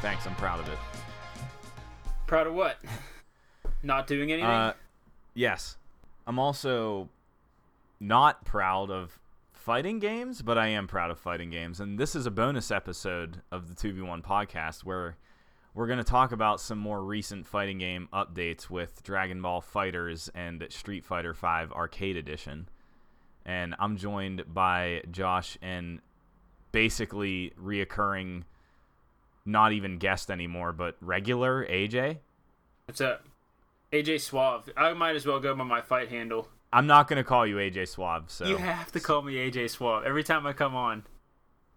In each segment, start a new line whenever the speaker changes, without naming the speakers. Thanks, I'm proud of it.
Proud of what? Not doing anything?
Uh, yes. I'm also not proud of fighting games, but I am proud of fighting games. And this is a bonus episode of the 2v1 podcast where we're going to talk about some more recent fighting game updates with Dragon Ball Fighters and Street Fighter V Arcade Edition. And I'm joined by Josh and basically reoccurring, not even guest anymore, but regular AJ.
What's up? AJ Suave. I might as well go by my fight handle.
I'm not going to call you AJ Swab, so
you have to call me AJ Suave every time I come on.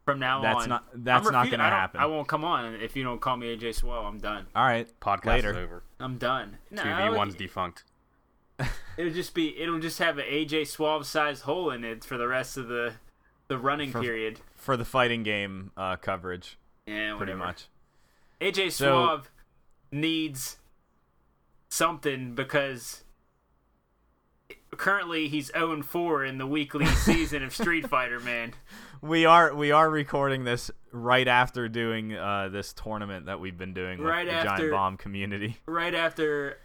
From now
that's
on,
not that's
I'm
not
refu-
going to
I don't-
happen.
I won't come on if you don't call me AJ Suave. I'm done.
All right,
Podcast
later.
is over.
I'm done. No,
Two
I
v
would-
one's defunct.
It'll just be it'll just have an AJ Suave sized hole in it for the rest of the the running
For-
period.
for the fighting game uh, coverage,
Yeah,
pretty
whatever.
much.
AJ
So-
Suave needs something because currently he's 0 4 in the weekly season of Street Fighter, man.
We are we are recording this right after doing uh, this tournament that we've been doing with
Right
the
after-
Giant Bomb community.
Right after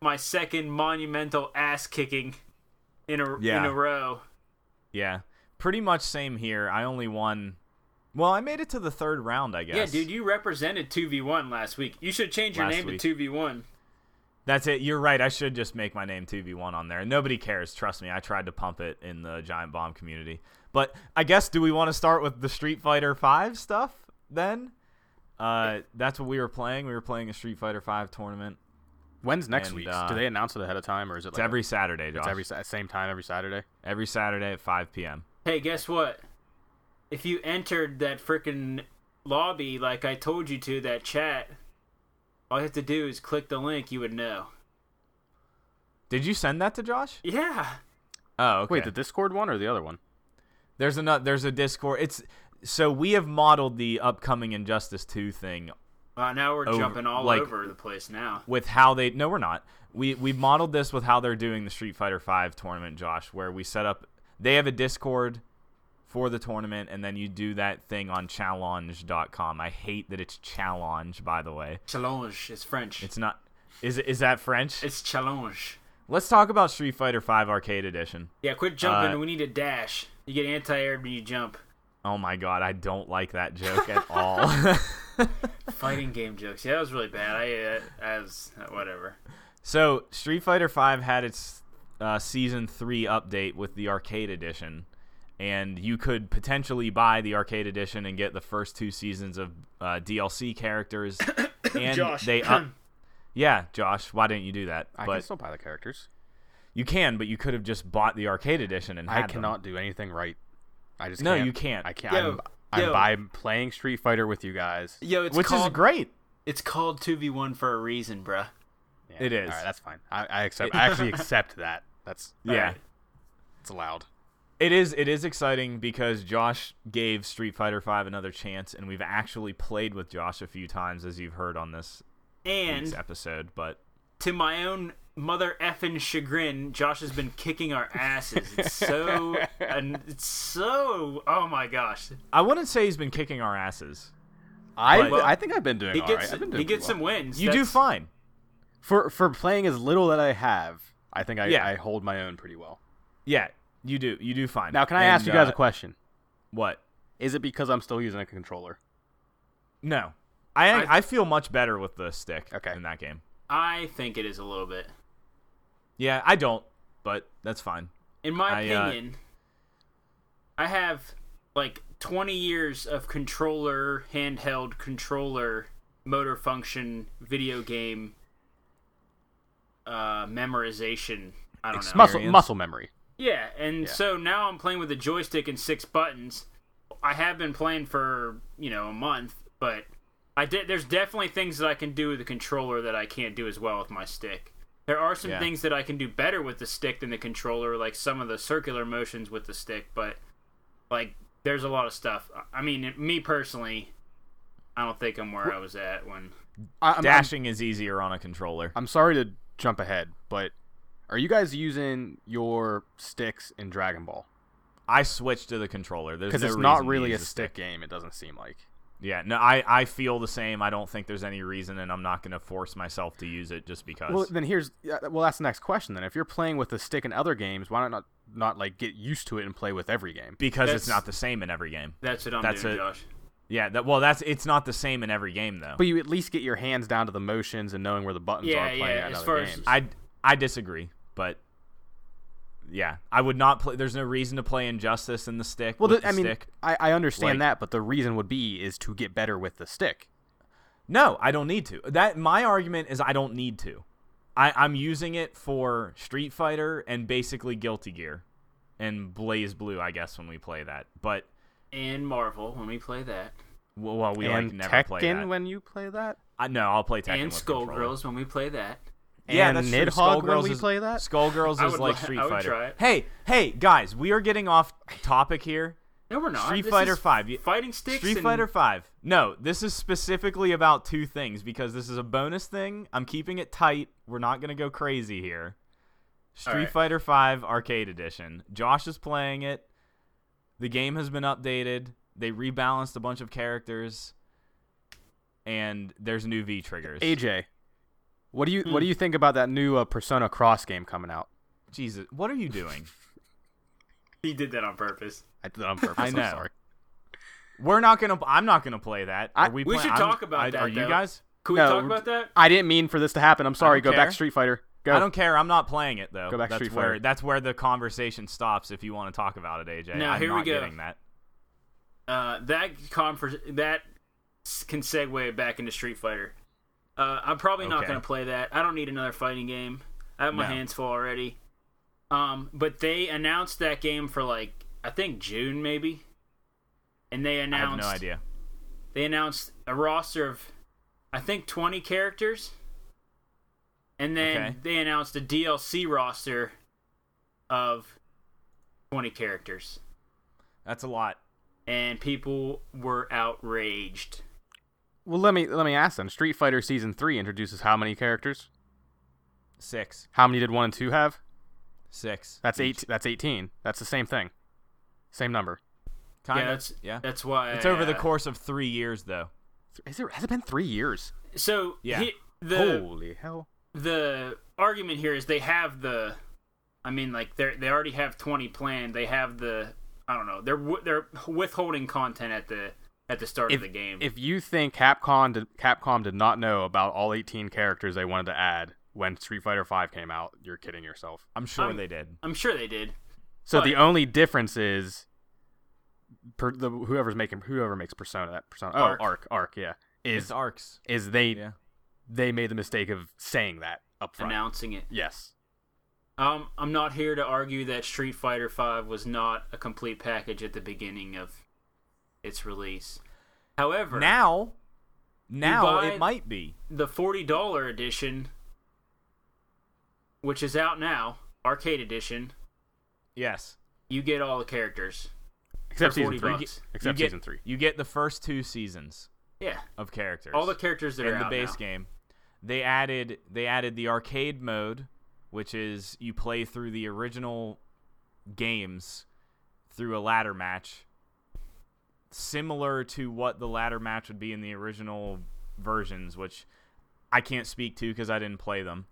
my second monumental ass kicking in a in
Yeah.
a row.
Yeah, pretty much same here. I only won. Well, I made it to the third round, I guess.
Yeah, dude, you represented 2v1 last week. You should change your
Last
name
week.
to 2v1.
That's it. You're right. I should just make my name 2v1 on there. And Nobody cares. Trust me. I tried to pump it in the Giant Bomb community. But I guess, do we want to start with the Street Fighter Five stuff then? Uh, that's what we were playing. We were playing a Street Fighter Five tournament.
When's next
And,
week?
uh,
Do they announce it ahead of time, or is it
It's
like
every Saturday, Josh.
it's every sa- same time every Saturday?
Every Saturday at 5 p.m.
Hey, guess what? If you entered that frickin' lobby like I told you to, that chat, all you have to do is click the link, you would know.
Did you send that to Josh?
Yeah.
Oh, okay.
Wait, the Discord one or the other one?
there's another. There's a Discord. It's so we have modeled the upcoming Injustice 2 thing
Wow, now we're
Over-
jumping all
like-
over the place now.
with how they no we're not we we modeled this with how they're doing the street fighter 5 tournament josh where we set up they have a discord for the tournament and then you do that thing on challenge.com i hate that it's challenge by the way
Challenge is French. It's,
it's not is is that french
challenge.
let's talk about street fighter 5 arcade edition
Yeah, quit jumping.
Uh,
we need a dash. You get anti-air when you jump.
oh my god i don't like that joke at all
Fighting game jokes. Yeah, that was really bad. I, uh, I was uh, whatever.
So Street Fighter V had its uh, season three update with the arcade edition, and you could potentially buy the arcade edition and get the first two seasons of uh, DLC characters. And
Josh.
they up, yeah, Josh, why didn't you do that?
I
but
can still buy the characters.
you can, but you could have just bought the arcade edition and
I
had them.
cannot do anything right. I just
No,
can't.
you can't.
I can't.
Yo,
I'm, I'm,
yo.
by playing Street Fighter with you guys.
Yo, it's
which
called
is great.
it's called two v one for a reason, bruh.
Yeah,
It is.
All right, that's fine. I, I accept. I actually accept that. That's
yeah.
Alright.
It's allowed.
It is it is exciting because Josh gave Street Fighter V another chance, and we've actually played with Josh a few times, as you've heard on this
And
week's episode. But
to my own mother effing chagrin, Josh has been kicking our asses. It's so and it's so. Oh my gosh,
I wouldn't say he's been kicking our asses.
I
Well,
I think I've been doing
he
all
gets
right. I've been doing
he gets
pretty
some
well.
wins.
You do
That's-
fine.
for for playing as little that I have. I think I,
Yeah.
I hold my own pretty well.
Yeah, you do. You do fine.
Now, can I
And,
ask you guys
uh,
a question?
What?
Is it because I'm still using a controller?
No, I,
I-
I feel much better with the stick.
Okay.
In that game.
I think it is a little bit.
Yeah, I don't, but that's fine.
In my
I, uh,
opinion, I have like 20 years of controller, handheld controller, motor function, video game uh, memorization. I don't know.
Muscle
Experience.
muscle memory.
Yeah, and
Yeah.
so now I'm playing with a joystick and six buttons. I have been playing for you know a month, but I did. There's definitely things that I can do with the controller that I can't do as well with my stick. There are some
Yeah.
things that I can do better with the stick than the controller, like some of the circular motions with the stick. But like, there's a lot of stuff. I- I mean, me personally, I don't think I'm where I was at when.
I, I'm, I'm,
Dashing is easier on a controller.
I'm sorry to jump ahead, but are you guys using your sticks in Dragon Ball?
I switched to the controller. There's
Because
no
it's
reason
not
to
really a
use the
stick game. It doesn't seem like.
Yeah, no, I, I feel the same. I don't think there's any reason, and I'm not going to force myself to use it just because.
Well, then here's yeah, well, that's the next question. Then, if you're playing with a stick in other games, why not not like get used to it and play with every game?
because it's
that's-
not the same in every game.
That's what I'm
That's
doing,
it.
Josh.
Yeah, that well, that's it's not the same in every game though.
But you at least get your hands down to the motions and knowing where the buttons
Yeah,
are playing
yeah,
at
as
other
far as-
games.
I I disagree, but yeah, I would not play. There's no reason to play Injustice in the stick.
well,
with
the-
the
I mean,
stick.
I, I understand
Like-
that, but the reason would be is to get better with the stick.
No, I don't need to. That my argument is I don't need to. I, I'm using it for Street Fighter and basically Guilty Gear and Blaze Blue, I guess, when we play that. But
And Marvel when we play that,
well, well we like
and
never
Tekken
play that.
when you play that.
I, no, I'll play Tekken
and
with controller.
Skullgirls when we play that.
Yeah,
and
that's true.
Nidhogg when
Skullgirls
we
is,
play that?
I
Skullgirls is
would
like
li-
Street
I would
Fighter.
try it.
Hey, hey, guys, we are getting off topic here.
No, we're not.
Street
This
Fighter
is
Five. You-
Fighting sticks.
Street
and-
Fighter Five. No, this is specifically about two things because this is a bonus thing. I'm keeping it tight. We're not gonna go crazy here. Street
Alright.
Fighter Five Arcade Edition. Josh is playing it. The game has been updated. They rebalanced a bunch of characters, and there's new V triggers.
AJ, what do you
Hmm.
what do you think about that new uh, Persona Cross game coming out?
Jesus, what are you doing?
He did that on purpose.
I did that on purpose.
I know.
am sorry.
We're not gonna. I'm not gonna play that.
I-
Are we,
We
play-
should
I'm-
talk about
I-
that,
Are you
though.
guys?
Can we
No,
talk
we're-
about that?
I didn't mean for this to happen. I'm sorry. Go
don't
back
care.
to Street Fighter. Go.
I don't care. I'm not playing it though.
Go back to
that's
Street
where
Fighter.
that's where the conversation stops. If you want to talk about it, AJ.
No,
I'm
here we
not
go.
Getting that.
Uh, that conference that s- can segue back into Street Fighter. Uh, I'm probably not
Okay.
going to play that. I don't need another fighting game. I have my
No.
hands full already. Um, but they announced that game for like I think June maybe, and they
I have no
announced
idea.
they announced a roster of I think 20 characters. And then
Okay.
they announced a DLC roster of 20 characters
That's a lot.
and people were outraged.
Well, let me let me ask them. Street Fighter Season Three introduces how many characters?
Six,
How many did one and two have?
six.
That's
each.
eight. That's eighteen. That's the same thing. Same number.
Kind
yeah,
of.
that's
yeah.
that's why
it's over the
uh,
course of three years though.
Th- Is it? Has it been three years?
So
Yeah.
he- the
Holy hell!
the argument here is they have the I mean like they they already have 20 planned. They have the I don't know. They're wi- they're withholding content at the at the start
If,
of the game.
if you think Capcom did, Capcom did not know about all 18 characters they wanted to add when Street Fighter 5 came out, you're kidding yourself.
I'm sure
I'm-
they did.
I'm sure they did.
So
But-
the only difference is per, the whoever's making whoever makes Persona that Persona oh
Arc.
Arc Arc, yeah
It's
is
arcs.
is they
Yeah.
they made the mistake of saying that up front.
Announcing it.
yes.
Um, I'm not here to argue that Street Fighter V was not a complete package at the beginning of its release. However,
Now, now
buy-
it might be.
the forty dollar edition, which is out now, arcade edition,
Yes.
you get all the characters.
Except
For 40
season 3.
bucks.
Except
you get,
season 3.
You get the first two seasons
Yeah,
of characters.
all the characters that
in
are
the
out
base
now.
game. They added they added the arcade mode, which is you play through the original games through a ladder match, similar to what the ladder match would be in the original versions, which I can't speak to because I didn't play them.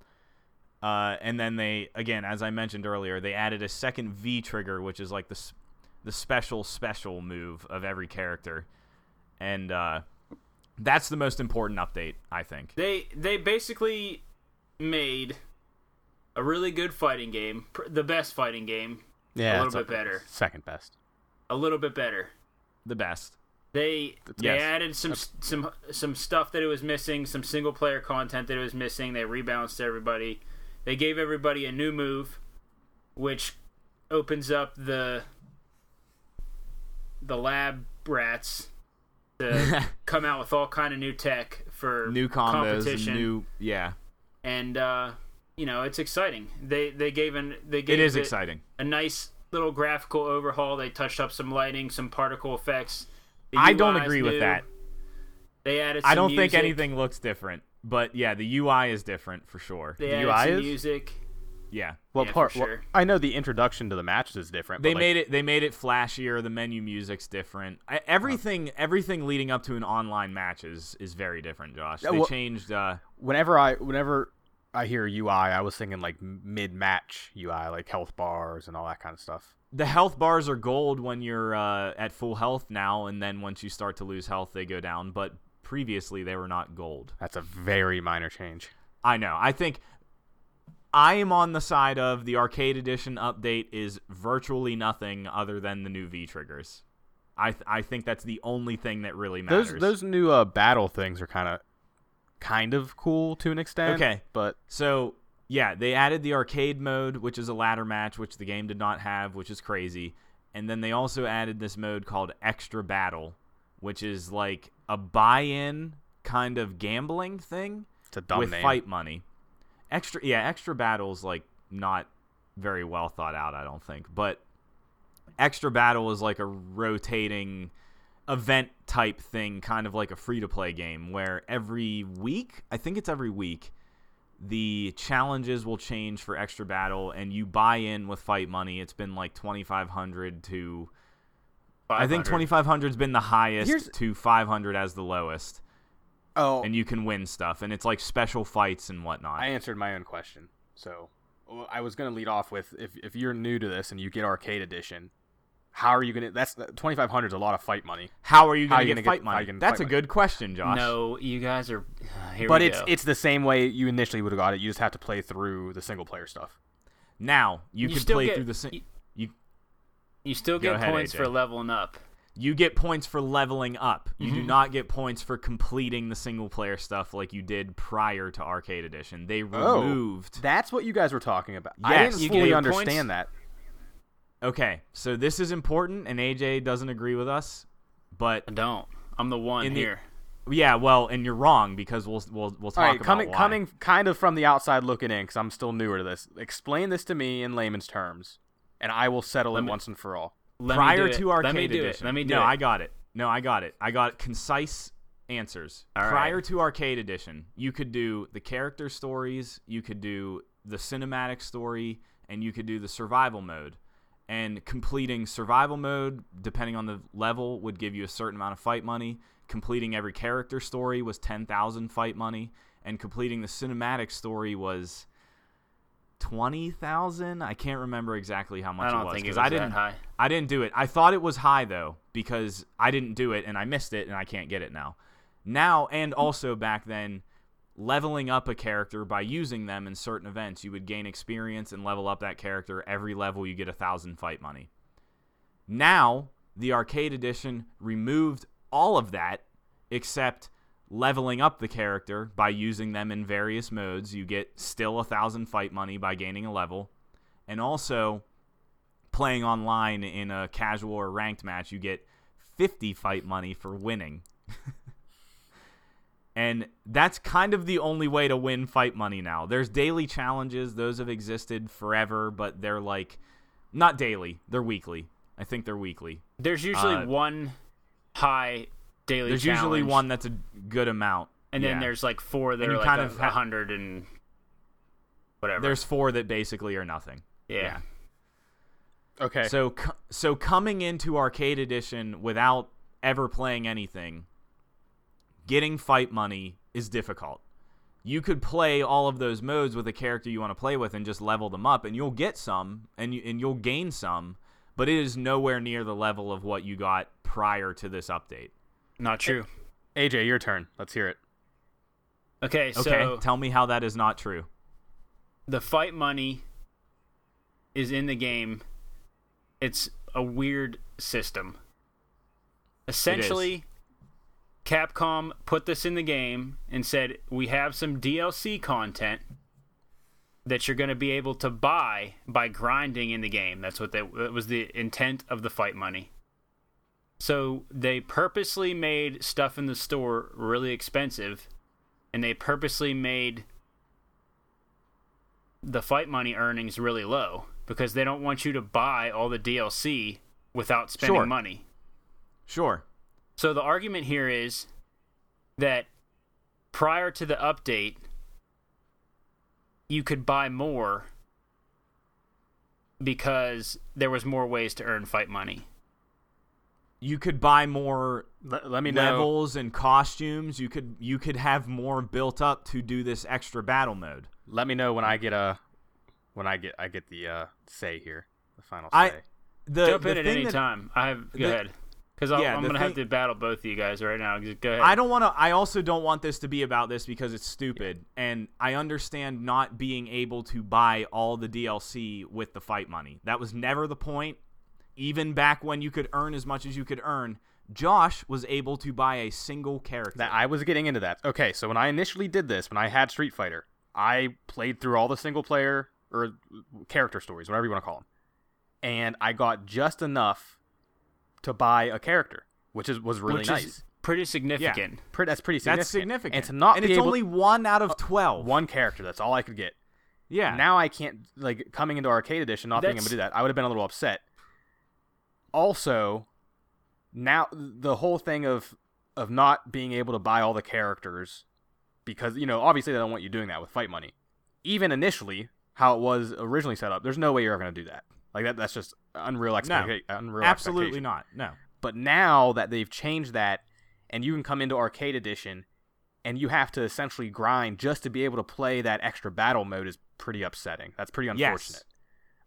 Uh, and then they again, as I mentioned earlier, they added a second V trigger, which is like the s- the special special move of every character, and uh, that's the most important update, I think.
They they basically made a really good fighting game, pr- the best fighting game,
Yeah,
little
it's
bit better.
Second best.
a little bit better.
The best.
They they
Yes.
added some some some stuff that it was missing, some single player content that it was missing. They rebalanced everybody. They gave everybody a new move, which opens up the the lab rats to come out with all kind of new tech for
new combos,
competition,
new yeah.
and uh, you know it's exciting. They they gave an they gave
It is
it-
exciting.
a nice little graphical overhaul. They touched up some lighting, some particle effects. The
I don't
UI's
agree with
new.
that.
They added. Some
I don't
music.
think anything looks different, but yeah, the UI is different for sure.
They
The
added
UI
some
is?
music.
Yeah.
Well,
Yeah, for
part. well,
sure.
I know the introduction to the matches is different.
They
but, like,
made it. They made it flashier. The menu music's different. I, everything, everything leading up to an online match is, is very different. Josh,
Yeah,
they
well-
changed. Uh,
whenever I whenever I hear UI, I was thinking like mid match UI, like health bars and all that kind of stuff.
the health bars are gold when you're uh, at full health now, and then once you start to lose health, they go down. But previously, they were not gold.
That's a very minor change.
I know. I think I am on the side of the arcade edition update is virtually nothing other than the new V triggers. I th- I think that's the only thing that really matters.
Those those new uh, battle things are kind of kind of cool to an extent.
Okay.
but
So yeah, they added the arcade mode, which is a ladder match, which the game did not have, which is crazy. And then they also added this mode called Extra Battle, which is like a buy-in kind of gambling thing
it's a dumb
with
name.
fight money. Extra, yeah, extra battles like not very well thought out, I don't think. But extra battle is like a rotating event type thing, kind of like a free to play game where every week, I think it's every week, the challenges will change for extra battle, and you buy in with fight money. It's been like twenty five hundred to I think
500.
twenty five hundred's been the highest
Here's-
to five hundred as the lowest,
Oh,
and you can win stuff, and it's like special fights and whatnot.
I answered my own question. So well, I was gonna lead off with if if you're new to this and you get Arcade Edition, how are you gonna? That's twenty five hundred is a lot of fight money.
How are you
How
going
you
to
gonna
get
get-
fight
how
money?
you gonna
That's
fight
a
money?
good question, Josh.
No, you guys are. Here
but
we
it's
go.
it's the same way you initially would have got it. You just have to play through the single player stuff.
Now you,
You
could
still
play
get-
through the same.
you-
You
you still
Go
get
ahead,
points
AJ.
for leveling up.
you get points for leveling up. You
Mm-hmm.
do not get points for completing the single player stuff like you did prior to Arcade Edition. They
Oh.
removed.
That's what you guys were talking about. I
Yes.
didn't
You
get
fully
your
understand
points.
that.
okay, so this is important, and AJ doesn't agree with us, but
I don't. I'm the one
In the-
here.
yeah, well, and you're wrong because we'll we'll we'll talk
All right,
about
coming
why.
coming kind of from the outside looking in, because I'm still newer to this. Explain this to me in layman's terms, and I will settle
Let
it
me-
once and for all.
Let me
prior
do it.
to Arcade
Let me do
Edition.
It. Let me do
no,
it.
I got it. No, I got it. I got concise answers.
All right.
prior to Arcade Edition, you could do the character stories, you could do the cinematic story, and you could do the survival mode. And completing survival mode, depending on the level, would give you a certain amount of fight money. Completing every character story was 10,000 fight money. And completing the cinematic story was 20,000. I can't remember exactly how much
I
it
don't
was
think it
because
was
I
that
didn't
high.
I didn't do it. I thought it was high though because I didn't do it and I missed it and I can't get it now. Now and also back then, leveling up a character by using them in certain events, you would gain experience and level up that character. Every level, you get a thousand fight money. Now the arcade edition removed all of that except leveling up the character by using them in various modes. You get still a thousand fight money by gaining a level, and also playing online in a casual or ranked match, you get 50 fight money for winning. and that's kind of the only way to win fight money now. There's daily challenges, those have existed forever, but they're like not daily, they're weekly. I think they're weekly.
There's usually
Uh,
one high daily.
There's usually
challenge,
one that's a good amount.
and then
Yeah.
there's like four that
And
are
you
like
kind
a,
of ha-
hundred and whatever.
there's four that basically are nothing.
yeah.
yeah.
Okay.
So co- so coming into arcade edition without ever playing anything, getting fight money is difficult. You could play all of those modes with a character you want to play with and just level them up and you'll get some and you, and you'll gain some, but it is nowhere near the level of what you got prior to this update.
Not true.
AJ, your turn. Let's hear it.
Okay, so
Okay, tell me how that is not true.
the fight money is in the game. It's a weird system. Essentially, Capcom put this in the game and said, We have some DLC content that you're going to be able to buy by grinding in the game. That's what they, that was the intent of the fight money. So they purposely made stuff in the store really expensive, and they purposely made the fight money earnings really low because they don't want you to buy all the DLC without spending
Sure.
money.
Sure.
So the argument here is that prior to the update, you could buy more because there was more ways to earn fight money.
You could buy more
Let, let me know.
levels and costumes. You could you could have more built up to do this extra battle mode.
Let me know when I get a when I get I get the uh, say here, the final say.
I- The,
Jump
the
in at
thing
any
that-
time. I have go
the-
ahead because
Yeah,
I'm
the
gonna have
thing-
to battle both of you guys right now. Just Go ahead.
I don't want to. I also don't want this to be about this because it's stupid, and I understand not being able to buy all the DLC with the fight money. That was never the point. Even back when you could earn as much as you could earn, Josh was able to buy a single character.
that I was getting into that. Okay, so when I initially did this, when I had Street Fighter, I played through all the single player or character stories, whatever you want to call them, and I got just enough to buy a character, which is was really
which
nice.
is pretty significant.
Pre- that's pretty significant.
That's significant.
And to not be
it's
able Uh,
only one out of twelve.
one character, that's all I could get.
yeah.
Now I can't like coming into arcade edition, not being able to
That's-
do that. I would have been a little upset. Also, now the whole thing of of not being able to buy all the characters because you know obviously they don't want you doing that with fight money. Even initially, how it was originally set up, there's no way you're ever going to do that. Like that, that's just unreal expectation. unreal
absolutely
expectation.
not. No.
But now that they've changed that, and you can come into Arcade Edition, and you have to essentially grind just to be able to play that extra battle mode is pretty upsetting. That's pretty
Yes.
unfortunate.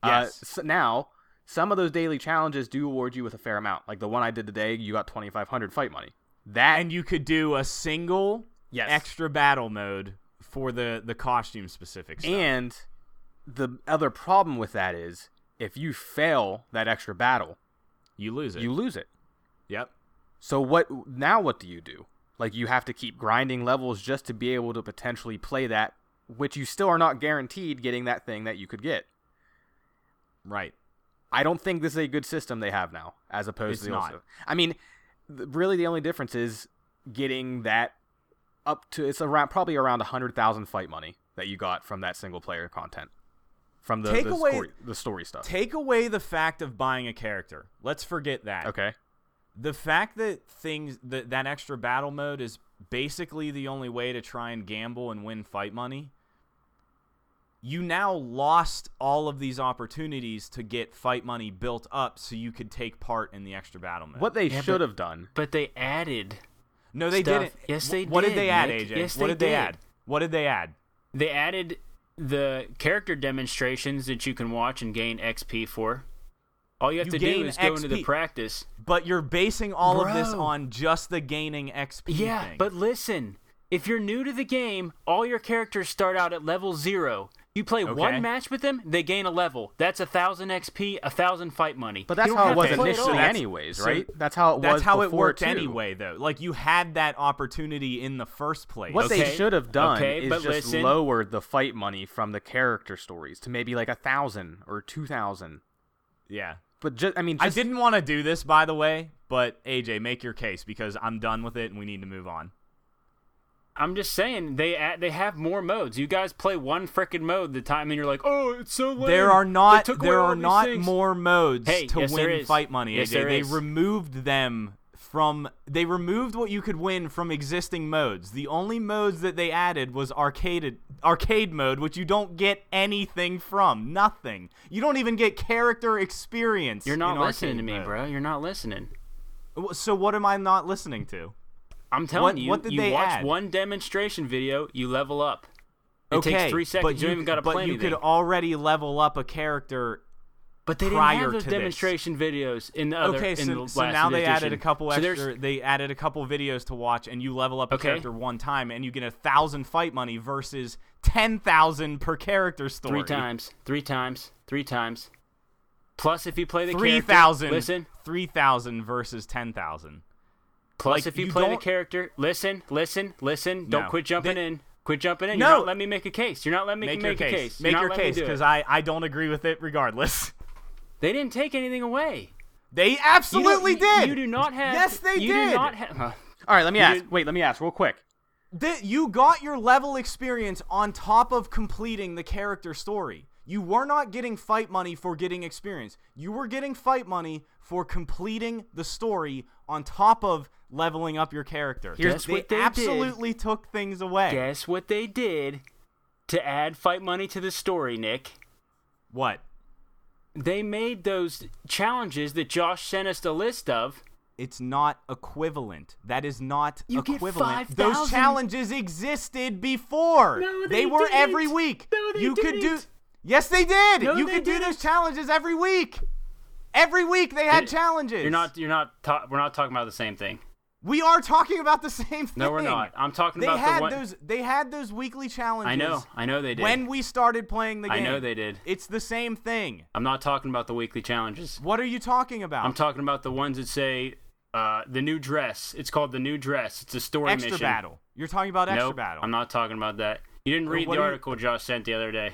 Yes.
Uh, so now, some of those daily challenges do award you with a fair amount. Like the one I did today, you got 2,500 fight money. That
and you could do a single
yes,
extra battle mode for the the costume specific stuff.
And the other problem with that is if you fail that extra battle,
you lose it.
you lose it.
yep.
So what now? What do you do? Like you have to keep grinding levels just to be able to potentially play that, which you still are not guaranteed getting that thing that you could get.
Right.
I don't think this is a good system they have now, as opposed
It's
to the
not.
old. system. I mean, th- really, the only difference is getting that up to it's around probably around a hundred thousand fight money that you got from that single player content, from the
Take
the,
away-
story, the story stuff.
Take away the fact of buying a character. Let's forget that.
okay,
The fact that things that that extra battle mode is basically the only way to try and gamble and win fight money. You now lost all of these opportunities to get fight money built up so you could take part in the extra battle mode.
what they
Yeah,
should
but-
have done
But they added
No, they
stuff.
didn't.
Yes, they
What did
did,
they add,
Nick.
AJ?
Yes,
what
they
did they
did.
add? What did they add?
they added the character demonstrations that you can watch and gain XP for. All you have
You
to
gain
do is go into the
XP.
practice.
But you're basing all of this
Bro.
on just the gaining XP
Yeah,
thing.
but listen, if you're new to the game, all your characters start out at level zero. You play
Okay.
one match with them, they gain a level. That's a thousand XP, a thousand fight money.
But that's
You don't
how
have
it
to
was
play at
initially,
all.
That's-
anyways,
so
right? That's how it was.
that's how it
before,
worked
too.
anyway, though. Like you had that opportunity in the first place.
What they
Okay,
should have done
okay,
is
but
just
listen.
lowered the fight money from the character stories to maybe like a thousand or two thousand.
yeah.
But just, I mean,
I
just,
didn't want to do this, by the way, but AJ, make your case because I'm done with it and we need to move on.
I'm just saying they add, they have more modes. You guys play one frickin' mode the time, and you're like, oh, it's so lame.
There are
They
not
took away
there
all
are
these
not
things."
more modes
Hey,
to
yes, there
win
is.
fight money.
Yes,
AJ.
there
they
is.
removed them from they removed what you could win from existing modes. The only modes that they added was arcade arcade mode, which you don't get anything from. Nothing. You don't even get character experience.
You're not
in
listening to
arcade
me,
mode.
bro. You're not listening.
W- So what am I not listening to?
I'm telling
What-
you,
what did
you
they
watch
add?
one demonstration video, you level up. It
okay,
takes three seconds.
But
you, don't even got to
But
play
you
anything.
could already level up a character
but they didn't
prior
have those
to this.
demonstration videos in the other.
okay,
in
so,
the
so
last
now they added
edition.
a couple
So there's-
extra. They added a couple videos to watch, and you level up a
Okay.
character one time, and you get a thousand fight money versus ten thousand per character story.
three times, three times, three times. Plus, if you play the
Three
character,
thousand.
Listen,
Three thousand versus ten thousand.
Plus,
Like,
if you,
you
play the
don't-
character, listen, listen, listen. Don't
No.
quit jumping
They-
in. Quit jumping in.
No.
You're not letting me make a case. You're not letting me
Make,
make,
your case.
a case. You're
Make
not
your
letting me
case
do it.
because I I don't agree with it regardless.
they didn't take anything away.
They
You don't-
absolutely
you-
did.
You do not have.
Yes, they
you
did.
Do not have.
all right, let me
You
ask.
did-
Wait, let me ask real quick.
Th- you got your level experience on top of completing the character story. You were not getting fight money for getting experience. You were getting fight money for completing the story on top of leveling up your character.
Here's what they did.
absolutely took things away.
Guess what they did to add fight money to the story, Nick?
What?
They made those challenges that Josh sent us the list of.
It's not equivalent. That is not
You get
equivalent.
5,000.
Those challenges existed before.
No, they
were every
didn't.
week.
No, they
you could do
didn't.
Yes, they did.
No,
you
they
could do
didn't.
those challenges every week. Every week they had
It-
challenges.
You're not. You're not. Ta- we're not talking about the same thing.
We are talking about the same thing.
No, we're not. I'm talking
They
about
had
the one.
those they had those weekly challenges.
I know. I know they did.
When we started playing the game.
I know they did.
It's the same thing.
I'm not talking about the weekly challenges.
What are you talking about?
I'm talking about the ones that say uh, the new dress. It's called the new dress. It's a story
extra
mission.
battle. You're talking about extra
Nope,
battle.
I'm not talking about that. You didn't
So
read
what
the
are you-
article Josh sent the other day.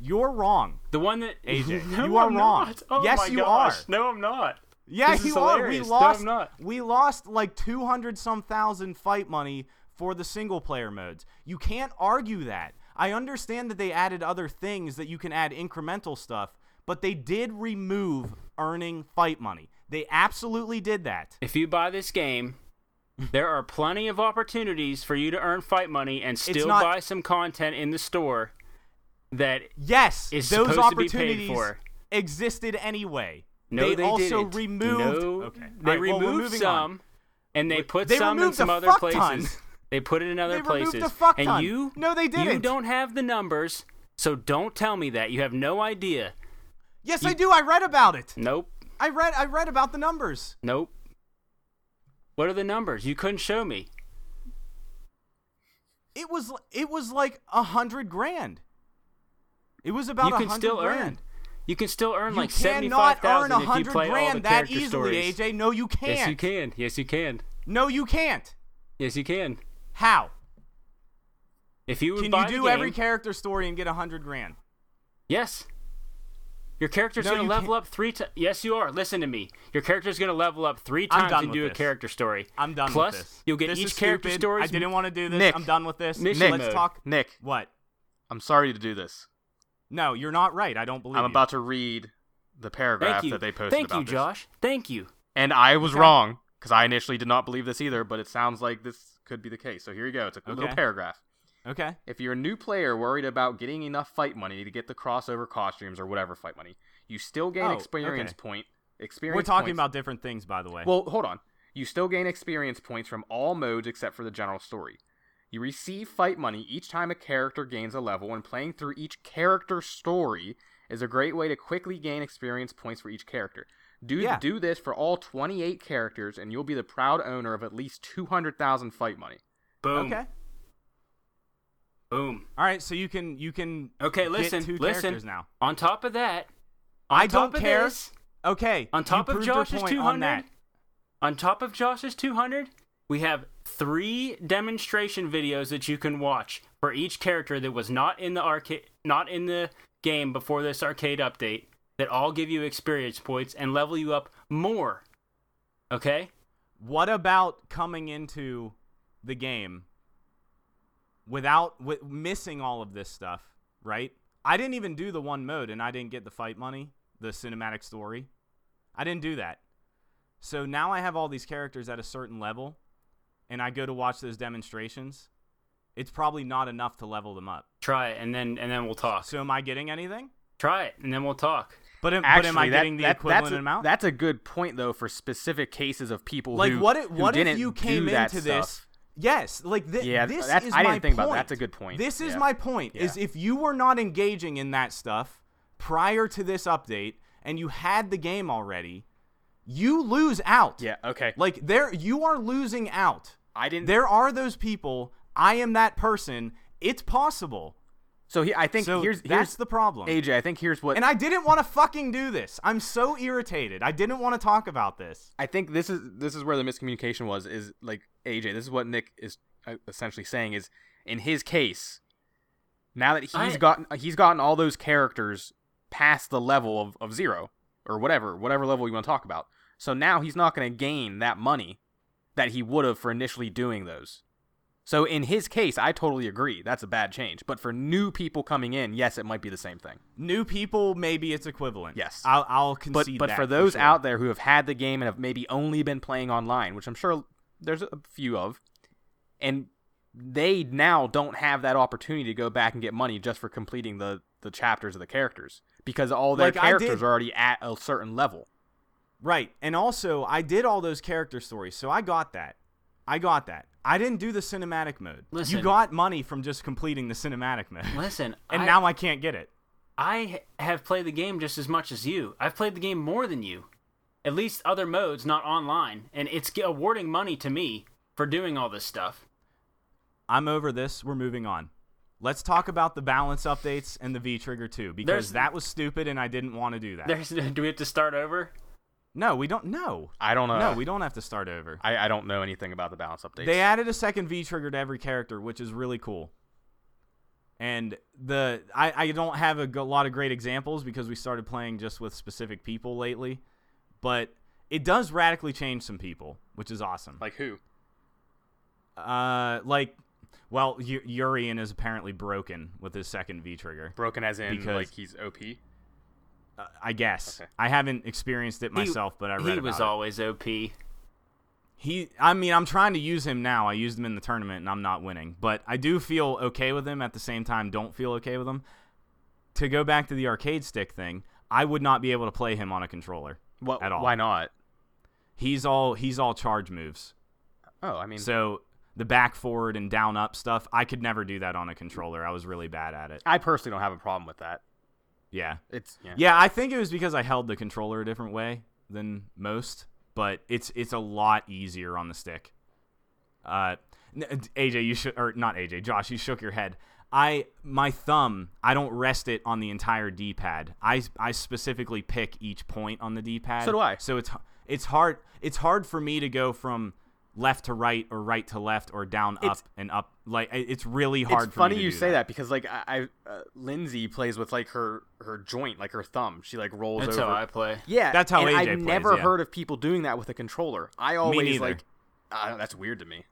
You're wrong.
The one that
AJ,
No,
you are
I'm
wrong.
not. Oh
Yes,
my
you
gosh.
are.
No, I'm not.
Yeah,
This is
you are. We
hilarious. No,
lost.
I'm not.
We lost like two hundred some thousand fight money for the single player modes. You can't argue that. I understand that they added other things that you can add incremental stuff, but they did remove earning fight money. They absolutely did that.
If you buy this game, there are plenty of opportunities for you to earn fight money and still
not-
buy some content in the store that
Yes,
It's
those
supposed to be paid
opportunities
for.
existed anyway.
no they,
also
didn't.
removed.
No,
okay.
they
All right, well, we're
removed
moving on.
some and they
Wait,
put
they
some in
removed
some
a
other
fuck
places.
ton.
They put it in other
They removed
places.
a fuck
and
ton.
you
No, they
You
didn't.
don't have the numbers, so don't tell me that. You have no idea.
Yes,
You-
I do. I read about it.
Nope.
I read. I read about the numbers.
Nope. What are the numbers? You couldn't show me.
It was it was like a hundred grand. It was about
you
a
can
hundred
still
grand.
earn. You can still earn
you
like seventy-five
cannot earn
thousand
a
if you
hundred
play all the
grand that
character
easily,
stories.
AJ. No, you can't.
Yes, you can. Yes, you can.
No, you can't.
Yes, you can.
How
If you would
can
buy
you
the
do
game,
every character story and get a hundred grand?
Yes. Your character's
No,
gonna
you
level
can't-
up three times. Yes, you are. Listen to me. Your character's gonna level up three
I'm
times
done
and
with
do a
this.
character story.
I'm done.
Plus,
with this.
you'll get
This
each
is
character
stupid.
story's
I didn't want to do this.
Nick.
I'm done with this.
Mission
Let's
mode.
talk.
Nick,
What?
I'm sorry to do this.
No, you're not right. I don't believe.
I'm
you.
about to read the paragraph
Thank you.
that they posted
Thank
about
you,
this.
Josh. Thank you.
And I was wrong because I initially did not believe this either, but it sounds like this could be the case. So here you go. It's a
Okay.
little paragraph.
Okay.
If you're a new player worried about getting enough fight money to get the crossover costumes or whatever fight money, you still gain
Oh,
experience
okay.
point. Experience
We're talking
points-
about different things, by the way.
Well, hold on. You still gain experience points from all modes except for the general story. You receive fight money each time a character gains a level, and playing through each character story is a great way to quickly gain experience points for each character. Do
Yeah.
do this for all 28 characters, and you'll be the proud owner of at least 200,000 fight money.
Boom.
okay.
Boom.
All right. So you can you can
Okay,
get
listen.
two
listen.
characters now.
On top of that, on
I don't
top of
care.
this,
Okay.
on
you
top of
proved your
Josh's
point
200,
on that.
on top of Josh's 200, we have three demonstration videos that you can watch for each character that was not in the arcade, not in the game before this arcade update. That all give you experience points and level you up more. Okay,
What about coming into the game without wi missing all of this stuff, right? I didn't even do the one mode and I didn't get the fight money, the cinematic story. I didn't do that. So now I have all these characters at a certain level and I go to watch those demonstrations. It's probably not enough to level them up.
try it, and then and then we'll talk.
So am I getting anything?
Try it, and then we'll talk.
But am, but am I
Actually, that-
getting the
that-
equivalent
that's a,
amount?
That's a good point, though, for specific cases of people
like
who,
what if
who
what if
didn't
you
do
came
that
into this
stuff.
yes like th-
Yeah,
this
that's-
is
I didn't
my
think
point.
about that. That's a good point.
this is
Yeah.
my point is
Yeah.
if you were not engaging in that stuff prior to this update and you had the game already you lose out
Yeah, okay.
like there you are losing out
I didn't.
there are those people i am that person it's possible
so he, I think
so
here's, here's
that's the problem
AJ, I think here's what
and i didn't want to fucking do this i'm so irritated i didn't want to talk about this
I think this is this is where the miscommunication was. Is like AJ. This is what Nick is uh, essentially saying. Is in his case, now that he's
I-
gotten uh, he's gotten all those characters past the level of, of zero or whatever whatever level you want to talk about. So now he's not going to gain that money that he would have for initially doing those. So in his case, I totally agree. That's a bad change. But for new people coming in, yes, it might be the same thing.
New people, maybe it's equivalent.
Yes.
I'll, I'll
but
concede
but
that
for those
sure.
out there who have had the game and have maybe only been playing online, which I'm sure there's a few of, and they now don't have that opportunity to go back and get money just for completing the the chapters of the characters because all their
Like, I
characters
did-
are already at a certain level.
Right. And also, I did all those character stories, so I got that. I got that. I didn't do the cinematic mode.
Listen.
You got money from just completing the cinematic mode.
Listen,
and
I,
now I can't get it.
I have played the game just as much as you. I've played the game more than you. At least other modes, not online, and it's g- awarding money to me for doing all this stuff.
I'm over this. We're moving on. Let's talk about the balance updates and the V trigger too, because
There's-
that was stupid and I didn't want to do that.
There's, do we have to start over?
No, we don't. No,
I don't know.
no, we don't have to start over.
I, I don't know anything about the balance updates.
They added a second V trigger to every character, which is really cool. And the I, I don't have a g- lot of great examples because we started playing just with specific people lately, but it does radically change some people, which is awesome.
like who?
uh, like, well, U- Urian is apparently broken with his second V trigger.
Broken as in
Because-
like he's OP.
Uh, I guess
Okay.
I haven't experienced it myself, but I read
He
about
was
it.
always OP.
He, I mean, I'm trying to use him now. I used him in the tournament, and I'm not winning. But I do feel okay with him. At the same time, don't feel okay with him. To go back to the arcade stick thing, I would not be able to play him on a controller.
What?
At all.
Why not?
He's all he's all charge moves.
Oh, I mean,
So the back forward and down up stuff, I could never do that on a controller. I was really bad at it.
I personally don't have a problem with that.
Yeah.
It's yeah.
Yeah, I think it was because I held the controller a different way than most, but it's it's a lot easier on the stick. Uh, n- AJ, you should or not AJ, Josh, you shook your head. I my thumb, I don't rest it on the entire D-pad. I I specifically pick each point on the D-pad.
So do I.
So it's it's hard it's hard for me to go from left to right or right to left or down
It's-
up and up like it- it's really hard
it's
for me
funny
to
you
do
say that. because like I, I uh, Lindsay plays with like her her joint, like her thumb. She like rolls
That's
over.
how I play.
Yeah,
That's how
and
AJ
I've
plays,
never
yeah.
heard of people doing that with a controller. I always
neither.
like, I don't- that's weird to me.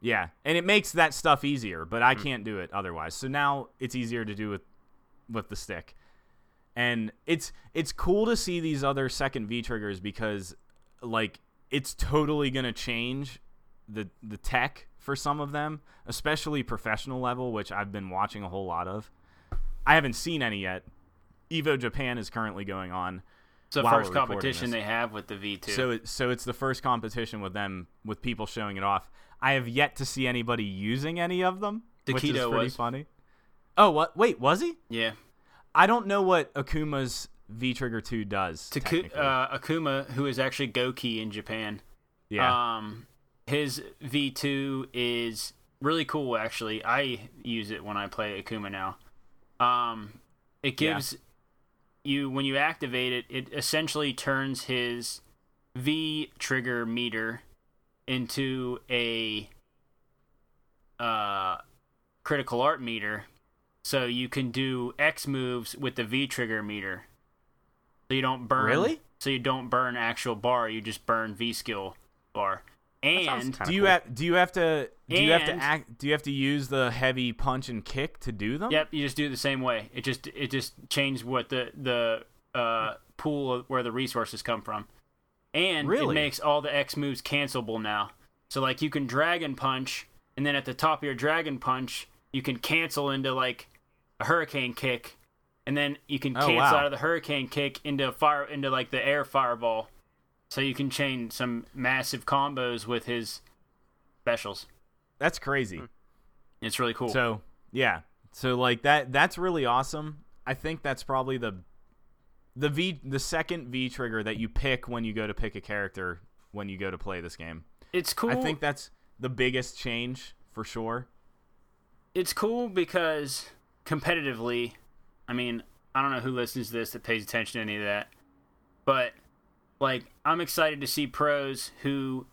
Yeah, and it makes that stuff easier, but I can't do it otherwise. So now it's easier to do with with the stick. And it's it's cool to see these other second V triggers because like it's totally going to change the the tech for some of them, especially professional level, which I've been watching a whole lot of. I haven't seen any yet. Evo Japan is currently going on.
It's the
While
first
we're recording
competition
this.
they have with the V2.
So it, so it's the first competition with them with people showing it off. I have yet to see anybody using any of them, which is
Takedo
pretty
was.
funny. Oh, what? Wait, was he?
yeah.
I don't know what Akuma's V Trigger Two does.
Taku-
technically.
uh, Akuma, who is actually Goki in Japan,
yeah,
Um, his V2 is really cool. Actually, I use it when I play Akuma now. Um, it
Yeah.
gives you when you activate it, it essentially turns his V trigger meter into a uh, critical art meter, so you can do X moves with the V trigger meter. So you don't burn.
Really?
So you don't burn actual bar. You just burn V skill bar. And
kinda
do you
cool.
have do you have to do you have to
And-
act do you have to use the heavy punch and kick to do them?
yep, you just do it the same way. It just it just changed what the the uh, pool of where the resources come from, and it
Really?
makes all the X moves cancelable now. So like you can dragon punch, and then at the top of your dragon punch, you can cancel into like a hurricane kick, and then you can
Oh,
cancel
wow.
out of the hurricane kick into a fire into like the air fireball. So you can chain some massive combos with his specials.
that's crazy.
It's really cool.
So yeah, so like that that's really awesome. I think that's probably the the V the second V trigger that you pick when you go to pick a character when you go to play this game.
it's cool.
I think that's the biggest change for sure.
it's cool because competitively, I mean, I don't know who listens to this that pays attention to any of that, but like I'm excited to see pros who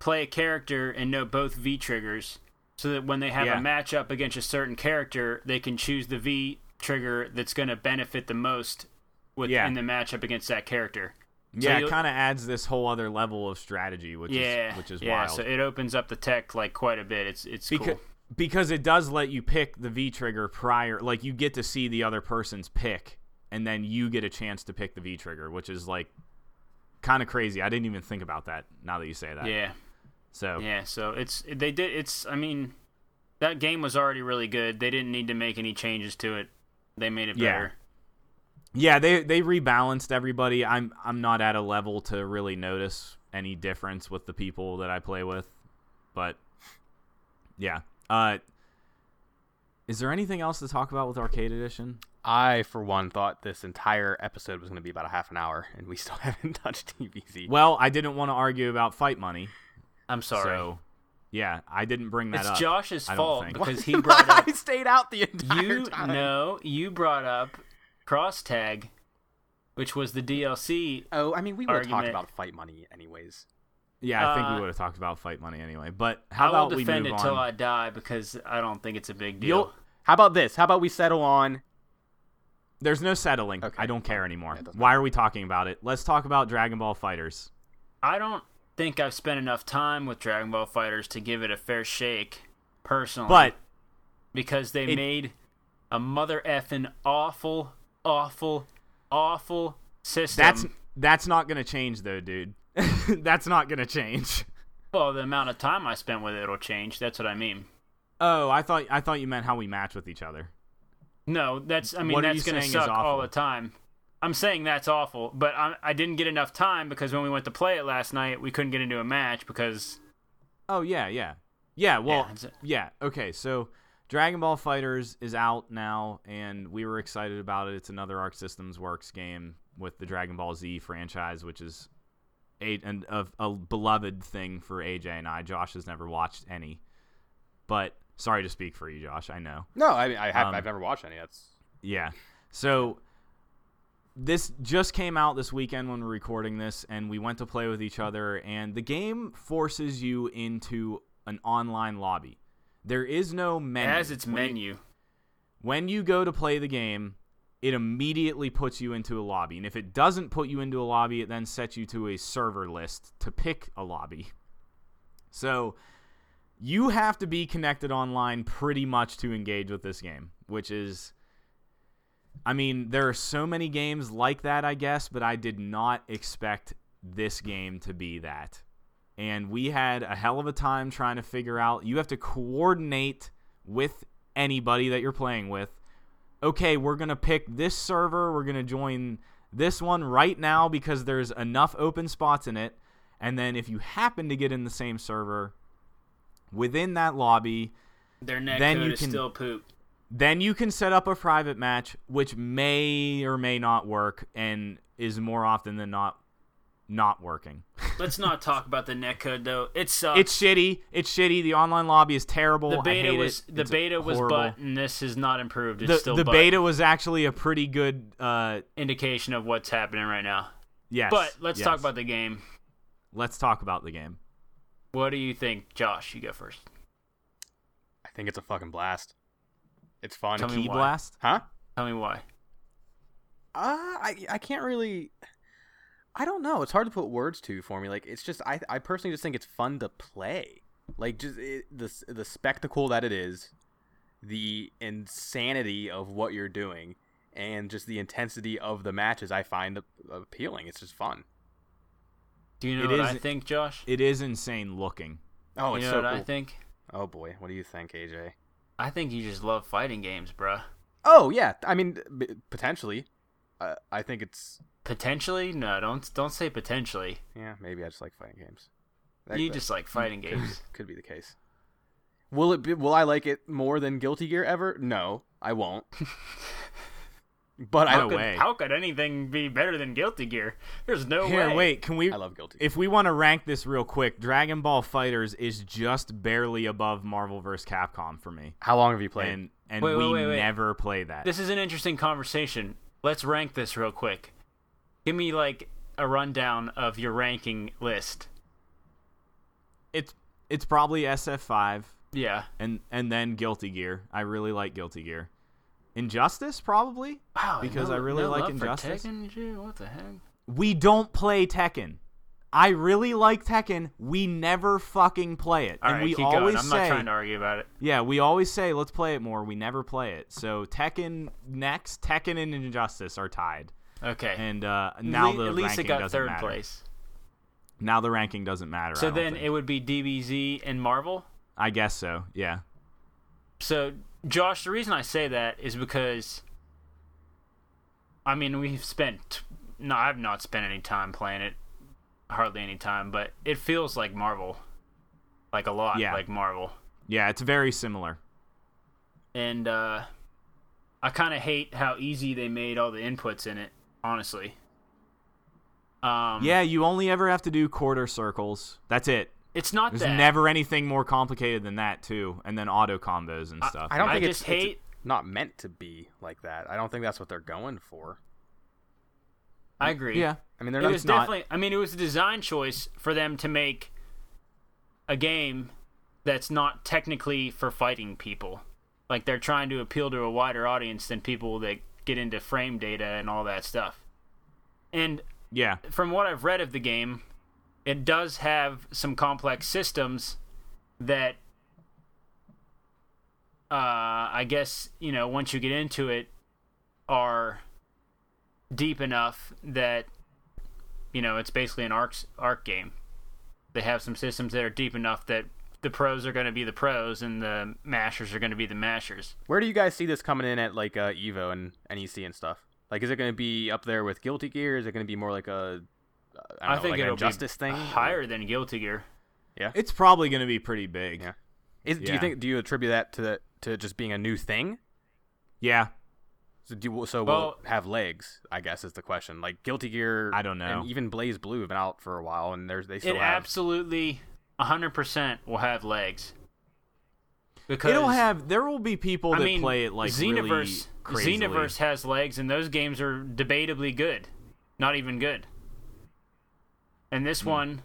play a character and know both V triggers so that when they have
Yeah.
a matchup against a certain character, they can choose the V trigger that's going to benefit the most with
Yeah.
in the matchup against that character. So
yeah, it
you'll-
kind of adds this whole other level of strategy, which
yeah,
is which is
yeah.
wild.
So it opens up the tech like quite a bit. It's it's
Becau-
cool.
because it does let you pick the V trigger prior, like you get to see the other person's pick, and then you get a chance to pick the V trigger, which is like kind of crazy. I didn't even think about that. Now that you say that,
Yeah.
So
Yeah, so it's they did it's I mean that game was already really good. They didn't need to make any changes to it. They made it
Yeah.
better.
Yeah, they they rebalanced everybody. I'm I'm not at a level to really notice any difference with the people that I play with, but yeah. Uh, is there anything else to talk about with Arcade Edition?
I, for one, thought this entire episode was going to be about a half an hour, and we still haven't touched TVZ.
Well, I didn't want to argue about fight money,
I'm sorry.
so yeah, I didn't bring that
it's
up.
Josh's
I don't
fault
think.
because he brought up
I stayed out the entire
you
time.
no, you brought up Cross Tag, which was the DLC.
Oh, I mean, we would have talked
Argument.
about fight money anyways.
yeah, I think
uh,
we would have talked about fight money anyway. But how
I will
about we
defend
move
it
on?
till I die because I don't think it's a big deal.
You'll-
How about this? How about we settle on?
There's no settling.
Okay,
I don't care
fine.
anymore.
Yeah, it doesn't
Why are we talking about it? Let's talk about Dragon Ball Fighters.
I don't think I've spent enough time with Dragon Ball Fighters to give it a fair shake, personally.
But
because they
It-
made a mother effing awful, awful, awful system.
that's that's not gonna change though, dude. that's not gonna change.
well, the amount of time I spent with it will change. That's what I mean.
Oh, I thought I thought you meant how we match with each other.
No, that's I mean
What are
that's
you
gonna
saying is
suck all
awful?
the time. I'm saying that's awful, but I, I didn't get enough time because when we went to play it last night, we couldn't get into a match because
Oh yeah, yeah, yeah.
Yeah,
Well,
that's
yeah.
it.
Okay, so Dragon Ball Fighters is out now, and we were excited about it. It's another Arc Systems Works game with the Dragon Ball Z franchise, which is a and a, a beloved thing for AJ and I. Josh has never watched any, but sorry to speak for you, Josh. I know.
No, I mean, I have,
Um,
I've never watched any. That's
Yeah. So this just came out this weekend when we're recording this, and we went to play with each other, and the game forces you into an online lobby. There is no menu.
as its menu.
When you go to play the game, it immediately puts you into a lobby. And if it doesn't put you into a lobby, it then sets you to a server list to pick a lobby. So you have to be connected online pretty much to engage with this game, which is I mean, there are so many games like that, I guess, but I did not expect this game to be that. And we had a hell of a time trying to figure out you have to coordinate with anybody that you're playing with. Okay, we're going to pick this server, we're going to join this one right now because there's enough open spots in it. And then if you happen to get in the same server within that lobby,
Their neck
Then
code
you
is
can-
still poop.
then you can set up a private match, which may or may not work, and is more often than not not working.
Let's not talk about the neck code though. It sucks.
It's shitty. It's shitty. The online lobby is terrible.
the beta
I hate
was
it.
the
It's
beta was
horrible.
butt, and this is not improved. It's
The,
still
the
butt.
beta was actually a pretty good. Uh,
indication of what's happening right now.
yes.
But let's talk
yes.
about the game.
Let's talk about the game.
What do you think, Josh? You go first.
I think it's a fucking blast. It's fun.
Tell me
Key
why.
blast.
huh?
Tell me why.
Uh, I I can't really. I don't know. It's hard to put words to for me. Like it's just I I personally just think it's fun to play. Like just it, the s- the spectacle that it is, the insanity of what you're doing, and just the intensity of the matches. I find a- appealing. It's just fun.
Do you know
It
what
is-
I think, Josh?
It is insane looking.
Oh,
you
it's
know
so
what I
cool.
think?
Oh boy, what do you think, AJ?
I think you just love fighting games, bruh.
Oh yeah, I mean b- potentially. Uh, I think it's
Potentially? No, don't don't say potentially.
yeah. Maybe I just like fighting games.
you
That-
just like fighting games.
could be the case. Will it be? Will I like it more than Guilty Gear ever? No, I won't. but I
No
don't.
way. Hey.
How could anything be better than Guilty Gear? There's no
Here,
way.
wait. Can we?
I love Guilty.
If we want to rank this real quick, Dragon Ball Fighters is just barely above Marvel vs. Capcom for me.
How long have you played?
and and
Wait,
we
wait, wait, wait.
never play that.
This is an interesting conversation. Let's rank this real quick. Give me like a rundown of your ranking list.
it's it's probably SF5
Yeah.
and and then Guilty Gear. I really like Guilty Gear. Injustice probably.
Wow.
Because
no-
I really
no
like
love for
Injustice.
Tekken, dude? What the heck?
We don't play Tekken. I really like Tekken. We never fucking play it,
All
and
right,
we
keep
always
going. I'm
say,
not trying to argue about it.
yeah, we always say let's play it more. We never play it. So Tekken next, Tekken and Injustice are tied,
Okay.
and uh, now
Le-
the
at least
ranking
it got
doesn't
third
matter.
place.
Now the ranking doesn't matter. I
So
don't
then
think.
it would be DBZ and Marvel.
I guess so. Yeah.
So Josh, the reason I say that is because I mean, we've spent no, I've not spent any time playing it, hardly any time, but it feels like Marvel, like a lot,
Yeah.
like Marvel.
Yeah, it's very similar.
And uh, I kind of hate how easy they made all the inputs in it. Honestly, um,
Yeah, you only ever have to do quarter circles. That's it.
it's not
There's
that.
never anything more complicated than that too, and then auto combos and stuff.
I don't
I
think
just
it's, it's
hate-
not meant to be like that. I don't think that's what they're going for.
I agree.
Yeah,
I mean, they're
it
not.
was
not-
definitely. I mean, it was a design choice for them to make a game that's not technically for fighting people. Like they're trying to appeal to a wider audience than people that get into frame data and all that stuff. And
yeah,
from what I've read of the game, it does have some complex systems that uh, I guess you know once you get into it are deep enough that you know it's basically an arc arc game. They have some systems that are deep enough that the pros are going to be the pros and the mashers are going to be the mashers.
Where do you guys see this coming in at like uh, Evo and NEC and stuff? Like, is it going to be up there with Guilty Gear? Is it going to be more like a uh, I, don't
I,
know,
think
like
it'll
a justice
be
thing
higher than Guilty Gear.
it's probably gonna be pretty big.
Yeah. Is, Do you
Yeah.
think? Do you attribute that to the, to just being a new thing?
Yeah,
So do so will
Well-
it have legs? I guess is the question. Like Guilty Gear,
I don't know.
and even Blaze Blue have been out for a while, and there's they still
it
have.
absolutely 100% will have legs because
it'll have. There will be people
I
that
mean,
play it like
xenoverse
really crazily.
xenoverse has legs and those games are debatably good not even good and this
Hmm.
one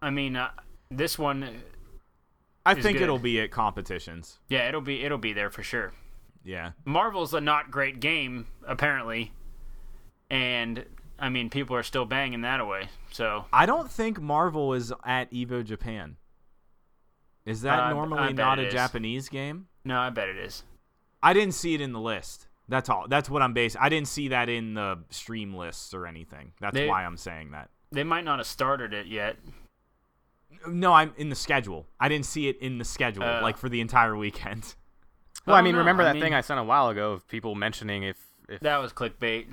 i mean uh, this one
I
is
think
good.
it'll be at competitions.
yeah it'll be it'll be there for sure
Yeah,
marvel's a not great game apparently and i mean people are still banging that away so
I don't think Marvel is at Evo Japan. Is that
Uh, I
normally
bet
not
it
a
is.
Japanese game?
no i bet it is
I didn't see it in the list. That's all. That's what I'm based. I didn't see that in the stream lists or anything. That's
They-
why I'm saying that.
they might not have started it yet
No, I'm in the schedule. I didn't see it in the schedule,
Uh.
like for the entire weekend.
Well,
I
I,
don't
mean,
know.
remember
I
that
mean-
thing I sent a while ago of people mentioning if if
that was clickbait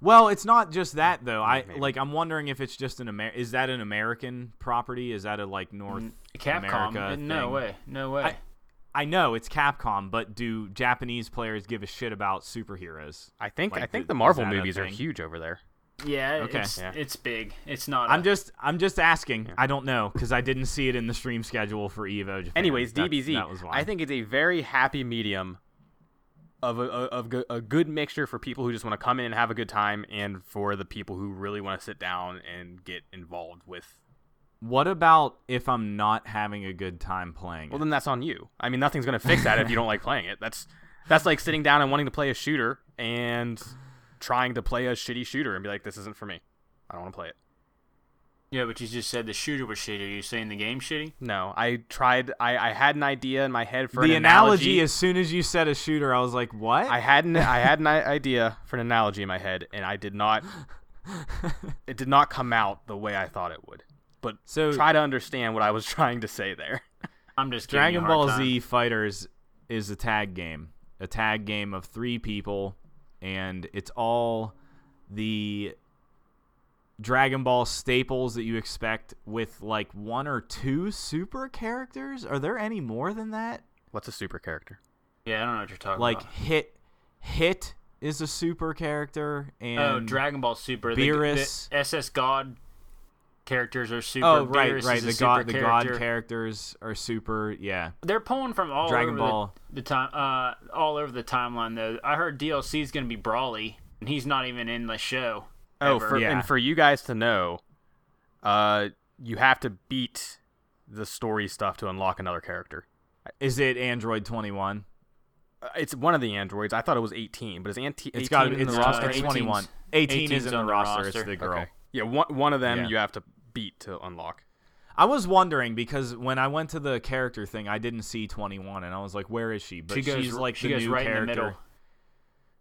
Well, it's not just that though. I
Maybe.
like. I'm wondering if it's just an Amer. Is that an American property? Is that a like North?
Mm.
Capcom?
America
no
thing.
way, no way.
I- I know it's Capcom, but do Japanese players give a shit about superheroes?
I think
Like,
I think
th-
the
is
Marvel
that a
movies are
thing?
huge over there.
yeah,
okay.
it's
Yeah.
it's big. It's not.
I'm
I'm
just, I'm just asking. I don't know because I didn't see it in the stream schedule for Evo. Japan.
Anyways,
That-
DBZ,
That was why.
I think it's a very happy medium of a, of go- a good mixture for people who just want to come in and have a good time, and for the people who really want to sit down and get involved with.
What about if I'm not having a good time playing?
Well,
it?
then that's on you. I mean, nothing's gonna fix that if you don't like playing it. That's that's like sitting down and wanting to play a shooter and trying to play a shitty shooter and be like, this isn't for me. I don't want to play it.
yeah, but you just said the shooter was shitty. Are you saying the game shitty?
No, I tried. I, I had an idea in my head for
the
an
analogy, as soon as you said a shooter, I was like, what?
I had an I had an i- idea for an analogy in my head, and I did not. it did not come out the way I thought it would. But
So-
try to understand what I was trying to say there.
I'm just giving you
Dragon
a hard
Ball
time.
Z Fighters is a tag game, a tag game of three people, and it's all the Dragon Ball staples that you expect, with like one or two super characters. Are there any more than that?
What's a super character?
Yeah, I don't know what you're talking
Like
about.
Hit, Hit is a super character, and
oh, Dragon Ball Super. the-
Beerus.
the, SS God characters are super.
Oh, right,
Beerus
right.
Is
The
a super
god, the god
character.
characters are super. Yeah,
They're pulling from all
Dragon
over
Ball.
The, the time, uh, all over the timeline though. I heard DLC is gonna be Brawly, and he's not even in the show.
Oh,
ever.
for,
Yeah.
and for you guys to know, uh, you have to beat the story stuff to unlock another character.
is it Android Twenty One?
Uh, It's one of the androids. I thought it was 18, but it's anti- 18
It's got
in
it's,
the
got-
roster.
roster?
it's 21. 18 is
18's
in
on
the
the
roster.
roster.
It's the girl.
Okay. Yeah, one one of them
Yeah.
you have to beat to unlock.
I was wondering because when I went to the character thing, I didn't see 21, and I was like, "Where is she?" But
she goes.
she's like
she
the
goes
new
right
character.
in the middle.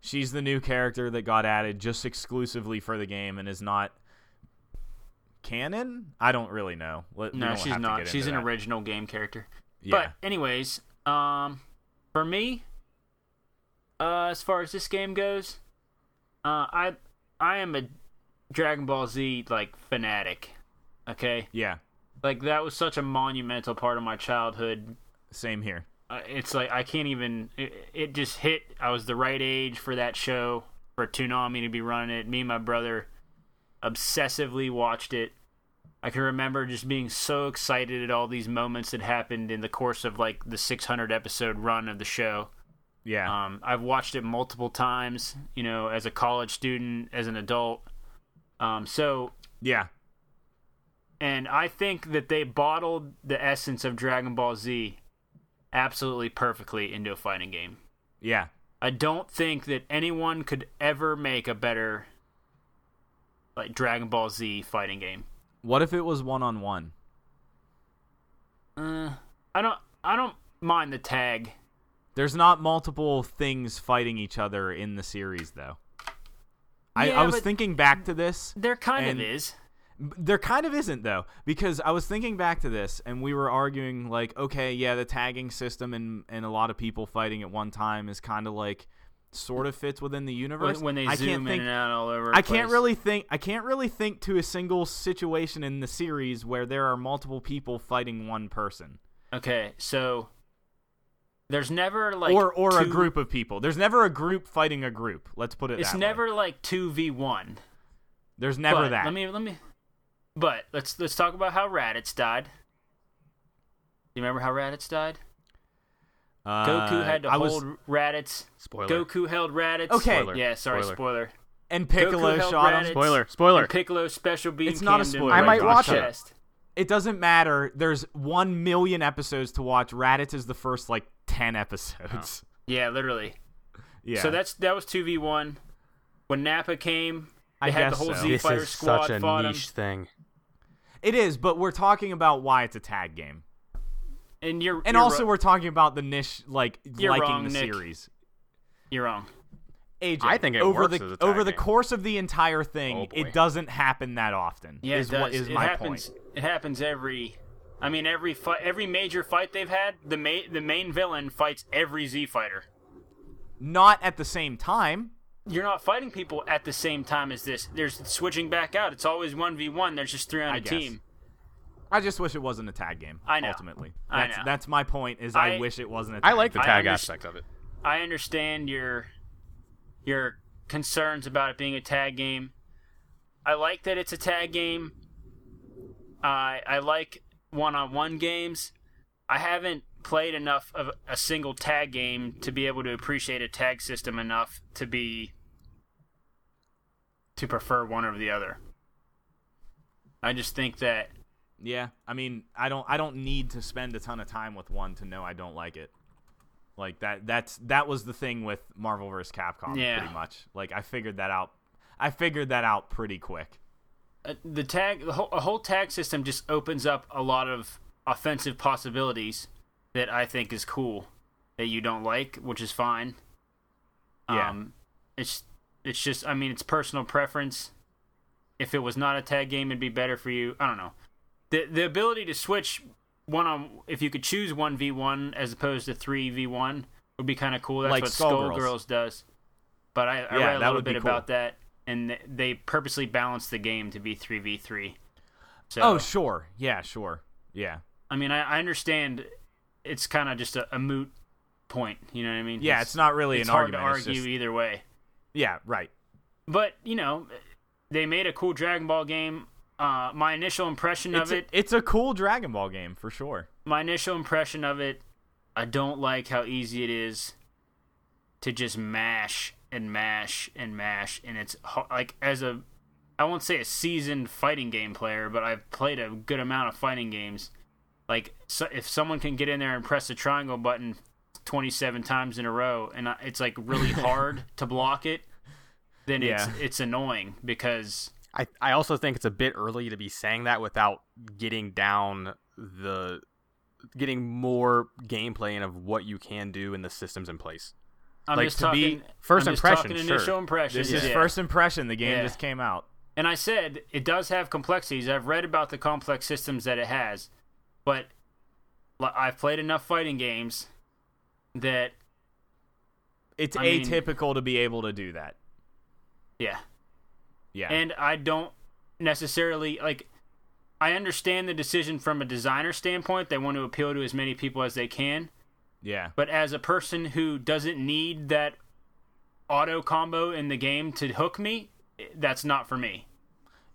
She's the new character that got added just exclusively for the game and is not canon. I don't really know. Let- we
No,
don't have
she's
to
not.
get
She's an
into that.
original game character.
Yeah.
But anyways, um, for me, uh, as far as this game goes, Uh, I I am a Dragon Ball Z like fanatic. Okay,
Yeah,
like that was such a monumental part of my childhood.
same here.
Uh, it's like I can't even. It, it just hit. I was the right age for that show for Toonami to be running it. Me and my brother obsessively watched it. I can remember just being so excited at all these moments that happened in the course of like the 600 episode run of the show.
Yeah,
Um, I've watched it multiple times, you know, as a college student, as an adult. Um, so,
yeah,
and I think that they bottled the essence of Dragon Ball Z absolutely perfectly into a fighting game.
yeah.
I don't think that anyone could ever make a better like Dragon Ball Z fighting game.
What if it was one on one?
Uh, I don't, I don't mind the tag.
There's not multiple things fighting each other in the series, though. I,
Yeah,
I was
but-
thinking back to this.
There kind
And-
of is.
B- There kind of isn't, though, because I was thinking back to this and we were arguing, like, okay, yeah, the tagging system and, and a lot of people fighting at one time is kind of like sort of fits within the universe.
When, when they
I
zoom
can't
in
think,
and out all over, the
I can't
place.
really think. I can't really think to a single situation in the series where there are multiple people fighting one person
Okay, so there's never like
or or a
two-
group of people. There's never a group fighting a group. Let's put it.
It's
that way.
never like two v one.
There's never
but,
that.
Let me let me. But let's let's talk about how Raditz died. You remember how Raditz died?
Uh,
Goku had to
I was-
hold Raditz.
Spoiler.
Goku held Raditz.
Okay.
Spoiler.
Yeah, sorry,
Spoiler.
spoiler.
and Piccolo
Goku held
shot him.
Raditz.
Spoiler. Spoiler.
And Piccolo's special beam.
It's not a
cammed in
spoiler,
I might
Raditz's
watch it.
chest.
It doesn't matter. There's one million episodes to watch. Raditz is the first like ten episodes.
Yeah, literally.
Yeah.
Oh. So that's that was two v one. When Nappa came,
I
they had the
guess
whole
so.
Z
This
Fighter
is
squad
such a
fought him.
niche thing.
it is, but we're talking about why it's a tag game,
And you're
and
you're
also
ro-
we're talking about the niche like
You're
liking
wrong,
the
Nick.
series.
you're wrong.
AJ,
I think it
over
works
the
as a tag
over the
game.
course of the entire thing,
Oh, boy.
it doesn't happen that often.
Yeah,
is
it does.
what is
it
my
happens,
point.
It happens every. I mean, every fight, every major fight they've had, the main the main villain fights every Z fighter.
Not at the same time.
You're not fighting people at the same time as this. There's switching back out. It's always one v one. There's just three on
I
a
guess.
team.
I just wish it wasn't a tag game.
I know.
Ultimately,
I
that's
know.
that's my point. Is I,
I-
wish it wasn't. A tag
I like the
game.
I
tag
underst-
aspect of it.
I understand your your concerns about it being a tag game. I like that it's a tag game. I I like one-on-one games. I haven't played enough of a single tag game to be able to appreciate a tag system enough to be to prefer one over the other. I just think that
Yeah, I mean, I don't, I don't need to spend a ton of time with one to know I don't like it. Like that, that's that was the thing with Marvel vs. Capcom,
Yeah.
pretty much. Like I figured that out. I figured that out pretty quick.
uh, the tag the whole, a whole tag system just opens up a lot of offensive possibilities that I think is cool that you don't like, which is fine.
Yeah.
Um it's it's just I mean it's personal preference. If it was not a tag game it'd be better for you. I don't know. The the ability to switch one on if you could choose 1v1 as opposed to 3v1 would be kind of cool. That's
Like
what
Skullgirls.
Skullgirls does but I, I
Yeah,
read
that
a little
would be
bit
cool.
about that, and th- they purposely balanced the game to be three v three. So
Oh, sure, yeah, sure, yeah,
I mean, I, I understand it's kind of just a, a moot point. You know what I mean?
yeah. It's, not really
it's
an
hard
argument.
to
it's
argue
just-
either way.
yeah, right.
But you know, they made a cool Dragon Ball game. Uh, my initial impression
It's
of
a,
it,
it's a cool Dragon Ball game for sure.
my initial impression of it, I don't like how easy it is to just mash and mash and mash, and it's ho- like as a, I won't say a seasoned fighting game player, but I've played a good amount of fighting games. Like so if someone can get in there and press the triangle button 27 times in a row, and I, it's like really hard to block it, then it's
Yeah.
it's annoying because
I, I also think it's a bit early to be saying that without getting down the getting more gameplay in of what you can do and the systems in place.
I'm
Like,
just
to be-
talking
first
I'm just
impression,
talking
sure.
initial impression.
This is
yeah.
first impression. The game
Yeah.
just came out.
And I said it does have complexities. I've read about the complex systems that it has, but l- I've played enough fighting games that
It's
I mean-
atypical to be able to do that.
Yeah.
Yeah.
And I don't necessarily like I understand the decision from a designer standpoint. They want to appeal to as many people as they can.
yeah.
But as a person who doesn't need that auto combo in the game to hook me, that's not for me.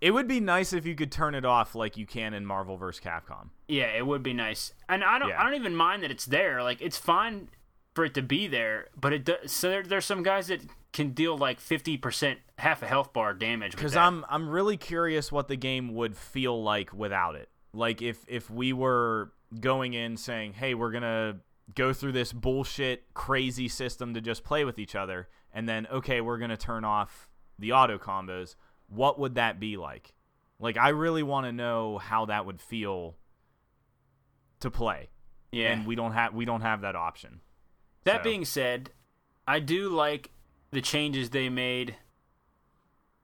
It would be nice if you could turn it off like you can in Marvel vs. Capcom.
Yeah, it would be nice. And I don't
Yeah.
I don't even mind that it's there. Like it's fine for it to be there, but it does, so there, there's some guys that can deal like 50% half a health bar damage with
Because
that.
I'm I'm really curious what the game would feel like without it. Like if if we were going in saying, hey, we're gonna go through this bullshit crazy system to just play with each other, and then okay, we're gonna turn off the auto combos. What would that be like? Like I really want to know how that would feel to play,
yeah.
and we don't have we don't have that option.
That
So-
being said, I do like the changes they made.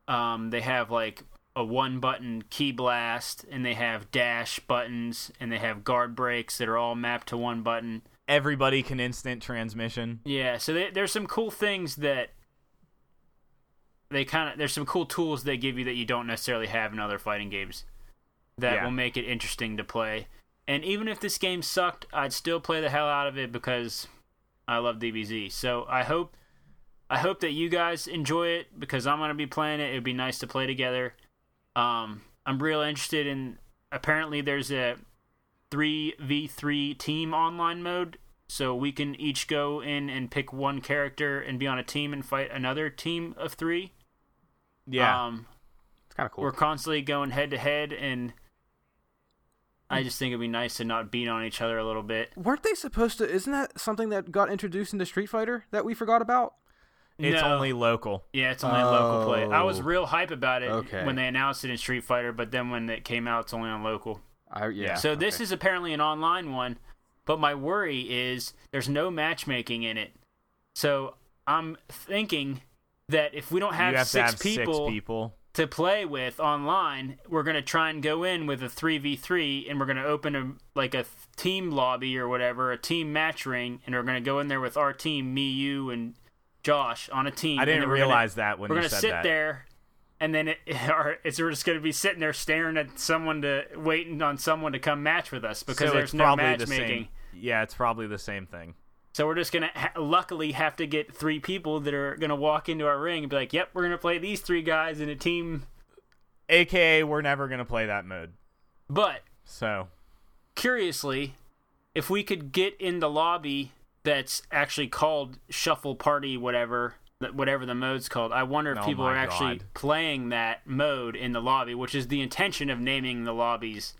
Um, they have like a one button key blast, and they have dash buttons, and they have guard breaks that are all mapped to one button.
Everybody can instant transmission.
Yeah, so they, there's some cool things that they kind of there's some cool tools they give you that you don't necessarily have in other fighting games that
Yeah.
will make it interesting to play. And even if this game sucked, I'd still play the hell out of it because I love DBZ. So I hope I hope that you guys enjoy it because I'm gonna be playing it. It'd be nice to play together. Um, I'm real interested in. Apparently, there's a three v three team online mode, so we can each go in and pick one character and be on a team and fight another team of three.
Yeah.
Um,
It's kind of cool.
we're constantly going head to head, and I just think it'd be nice to not beat on each other a little bit.
Weren't they supposed to? Isn't that something that got introduced into Street Fighter that we forgot about?
it's
No.
only local.
Yeah, it's only local play. I was
Oh.
real hype about it
Okay.
when they announced it in Street Fighter, but then when it came out, it's only on local.
I, yeah.
So this
okay.
is apparently an online one, but my worry is there's no matchmaking in it. So I'm thinking that if we don't have,
you have
six,
to have
people
six people.
to play with online, we're gonna try and go in with a three v three, and we're gonna open a like a th- team lobby or whatever, a team match ring, and we're gonna go in there with our team, me, you, and Josh on a team.
I
and
didn't
then we're gonna-
realize that when
we're
you
gonna
said
sit
that.
there and then it, or it's we're just gonna be sitting there staring at someone to waiting on someone to come match with us because
so
there's
it's
no
probably the
matchmaking
same. Yeah, it's probably the same thing.
so we're just gonna ha- luckily have to get three people that are gonna walk into our ring and be like yep we're gonna play these three guys in a team
AKA, we're never gonna play that mode.
but
So
curiously if we could get in the lobby that's actually called shuffle party whatever th- whatever the mode's called i wonder if
Oh
people
my
are actually
God.
playing that mode in the lobby which is the intention of naming the lobbies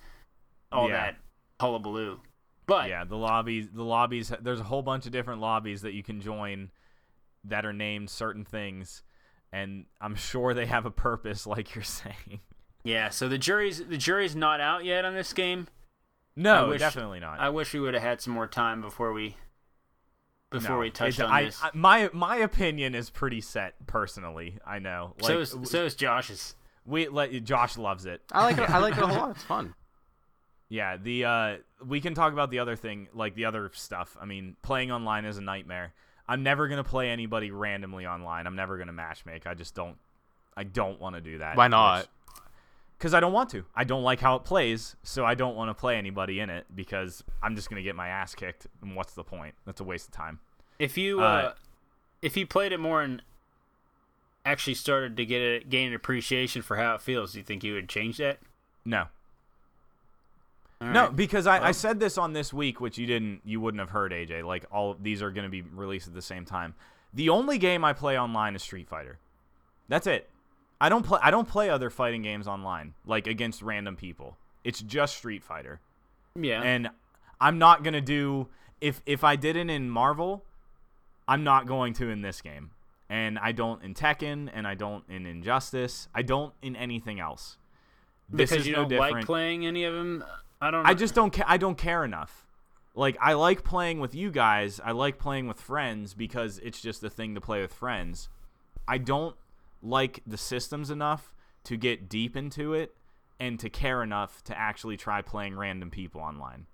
all
Yeah.
that hullabaloo but
yeah, the lobbies, the lobbies. There's a whole bunch of different lobbies that you can join that are named certain things, and I'm sure they have a purpose, like you're saying.
yeah so the jury's the jury's not out yet on this game
No,
I wish-
definitely not.
i wish we would have had some more time before we before
No,
we touched
it's-
on
I-
this
I- my my opinion is pretty set personally. I know. Like
so, is,
w-
so is josh's
we let Josh loves it.
I like it. I like it a whole lot. It's fun.
Yeah, the uh, we can talk about the other thing, like the other stuff. I mean, playing online is a nightmare. I'm never gonna play anybody randomly online. I'm never gonna matchmake. I just don't. I don't want to do that.
Why not?
Because I don't want to. I don't like how it plays, so I don't want to play anybody in it because I'm just gonna get my ass kicked. And what's the point? That's a waste of time.
If you uh,
Uh,
if you played it more and actually started to get a gain an appreciation for how it feels, do you think you would change that?
No,
All
No,
right.
because I, I said this on this week, which you didn't, you wouldn't have heard, AJ. Like all of these are going to be released at the same time. The only game I play online is Street Fighter. That's it. I don't play. I don't play other fighting games online, like against random people. It's just Street Fighter,
yeah,
and I'm not gonna do if if I didn't in Marvel, I'm not going to in this game, and I don't in Tekken, and I don't in Injustice. I don't in anything else. This
because
is
you
no
don't
different.
like playing any of them. I don't.
I just don't care. I don't care enough. Like I like playing with you guys. I like playing with friends because it's just a thing to play with friends. I don't like the systems enough to get deep into it and to care enough to actually try playing random people online.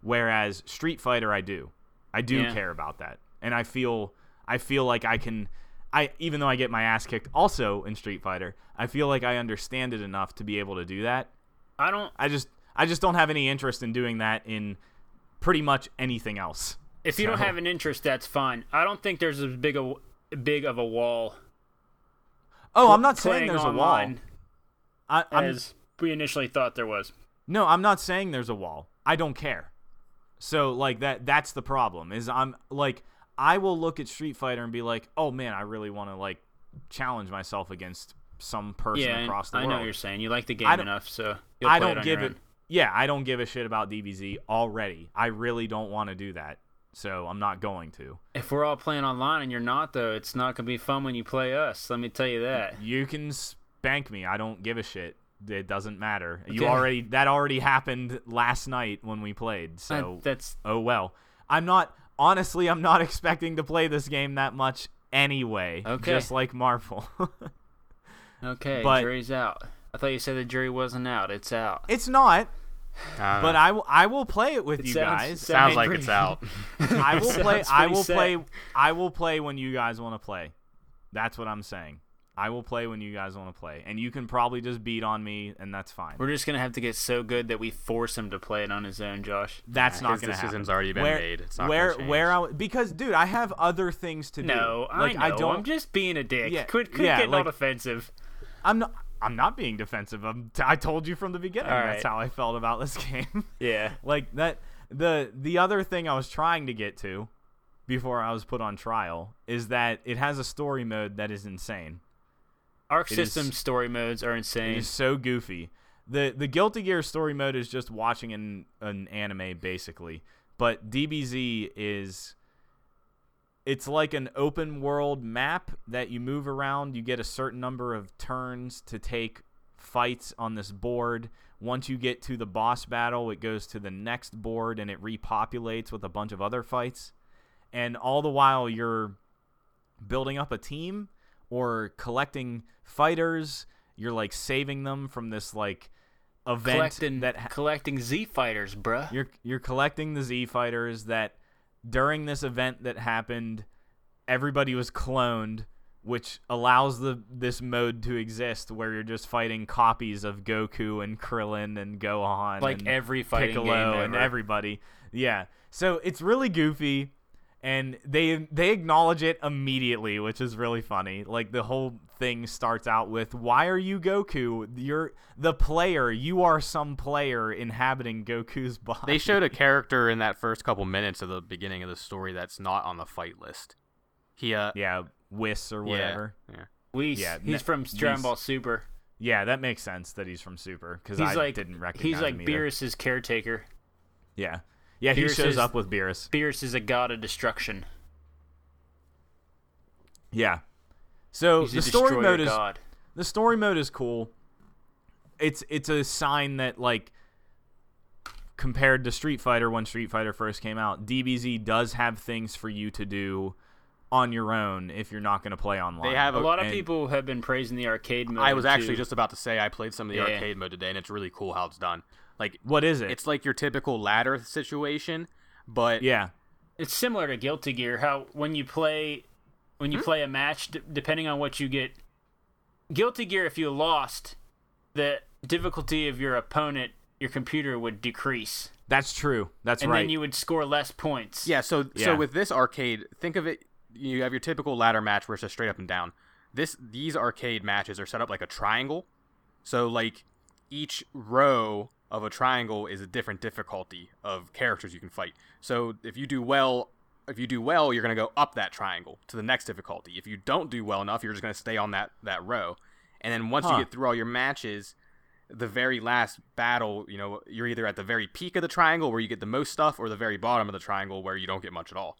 Whereas Street Fighter, I do. I do
Yeah.
care about that, and I feel I feel like I can I even though I get my ass kicked also in Street Fighter, I feel like I understand it enough to be able to do that.
I don't.
I just I just don't have any interest in doing that in pretty much anything else.
If you don't
So-
have an interest, that's fine. I don't think there's as big a big of a wall.
Oh, I'm not
playing
saying there's a wall.
online
I, I'm
as we initially thought there was.
No, I'm not saying there's a wall. I don't care. So like that that's the problem is I'm like I will look at Street Fighter and be like, "Oh man, I really want to like challenge myself against some person
Yeah,
across the
I
world."
know what you're saying. You like the game
I don't-
enough, so you'll
I
play
don't
it on
give
your
it
own.
Yeah, I don't give a shit about DBZ already. I really don't want to do that. So I'm not going to.
If we're all playing online and you're not though, it's not gonna be fun when you play us. Let me tell you that.
You can spank me. I don't give a shit. It doesn't matter. You
Okay.
already that already happened last night when we played.
I-
So
that's
oh well. I'm not honestly I'm not expecting to play this game that much anyway.
Okay.
Just like Marvel.
okay.
but-
jury's out. I thought you said the jury wasn't out. It's out.
it's not,
I don't
but
know.
I will I will play it with
It
you
sounds-
guys.
sounds
I
Uh, sounds
mean,
like
pretty-
it's out.
I will
sounds
play I
pretty
will
sad.
play I will play when you guys want to play. That's what I'm saying. I will play when you guys want to play. And you can probably just beat on me and that's fine.
We're just gonna have to get so good that we force him to play it on his own, Josh.
that's
Yeah,
not
his
going to happen.
decision's already been
where,
made. It's not
where,
gonna change.
where I w- because, dude, I have other things to do.
No,
like,
I know. I
don't.
am just being a dick.
Yeah,
quit quit
yeah,
getting
like-
all defensive.
I'm not. I'm not being defensive. I'm t- I told you from the beginning.
All
That's
right.
how I felt about this game.
Yeah.
like that. The the other thing I was trying to get to before I was put on trial is that it has a story mode that is insane.
Arc
It is-
system story modes are insane.
It's so goofy. The the Guilty Gear story mode is just watching an an anime basically, but DBZ is it's like an open world map that you move around. You get a certain number of turns to take fights on this board. Once you get to the boss battle, it goes to the next board and it repopulates with a bunch of other fights. And all the while you're building up a team or collecting fighters. You're like saving them from this like event
collecting
that ha-
collecting Z fighters, bruh.
you're you're collecting the Z fighters that during this event that happened, everybody was cloned, which allows the this mode to exist where you're just fighting copies of Goku and Krillin and Gohan,
Like
and
every fighting
Piccolo
game
and
ever.
everybody. Yeah, so it's really goofy. And they they acknowledge it immediately, which is really funny. Like the whole thing starts out with, "Why are you Goku? You're the player. You are some player inhabiting Goku's body."
They showed a character in that first couple minutes of the beginning of the story that's not on the fight list. He uh
yeah, Whis or
yeah,
whatever.
Yeah.
Weiss,
Yeah,
he's
ne-
from
Whis.
Dragon Ball Super.
Yeah, that makes sense that he's from Super because
He's
I
like
didn't recognize
he's like
him either.
Beerus's caretaker.
Yeah, yeah, he
Beerus
shows
is-
up with Beerus.
Beerus is a god of destruction.
Yeah. So
He's
the
a
story
destroyer
mode is
god.
the story mode is cool. It's it's a sign that like compared to Street Fighter when Street Fighter first came out, DBZ does have things for you to do on your own if you're not going to play online.
They have
A lot of
Oh, and-
people have been praising the arcade mode.
I was actually
too.
just about to say I played some of the
Yeah.
arcade mode today, and it's really cool how it's done. Like
What is it?
it's like your typical ladder situation, but
yeah.
it's similar to Guilty Gear. How when you play when you play a match, d- depending on what you get, Guilty Gear. If you lost, the difficulty of your opponent, your computer would decrease,
That's true. That's
and
right.
then you would score less points.
yeah. So
Yeah.
so with this arcade, think of it. You have your typical ladder match where it's just straight up and down. This these arcade matches are set up like a triangle, so like each row of a triangle is a different difficulty of characters you can fight. So if you do well, if you do well, you're gonna go up that triangle to the next difficulty. If you don't do well enough, you're just gonna stay on that that row. And then once
Huh.
you get through all your matches, the very last battle, you know, you're either at the very peak of the triangle where you get the most stuff, or the very bottom of the triangle where you don't get much at all.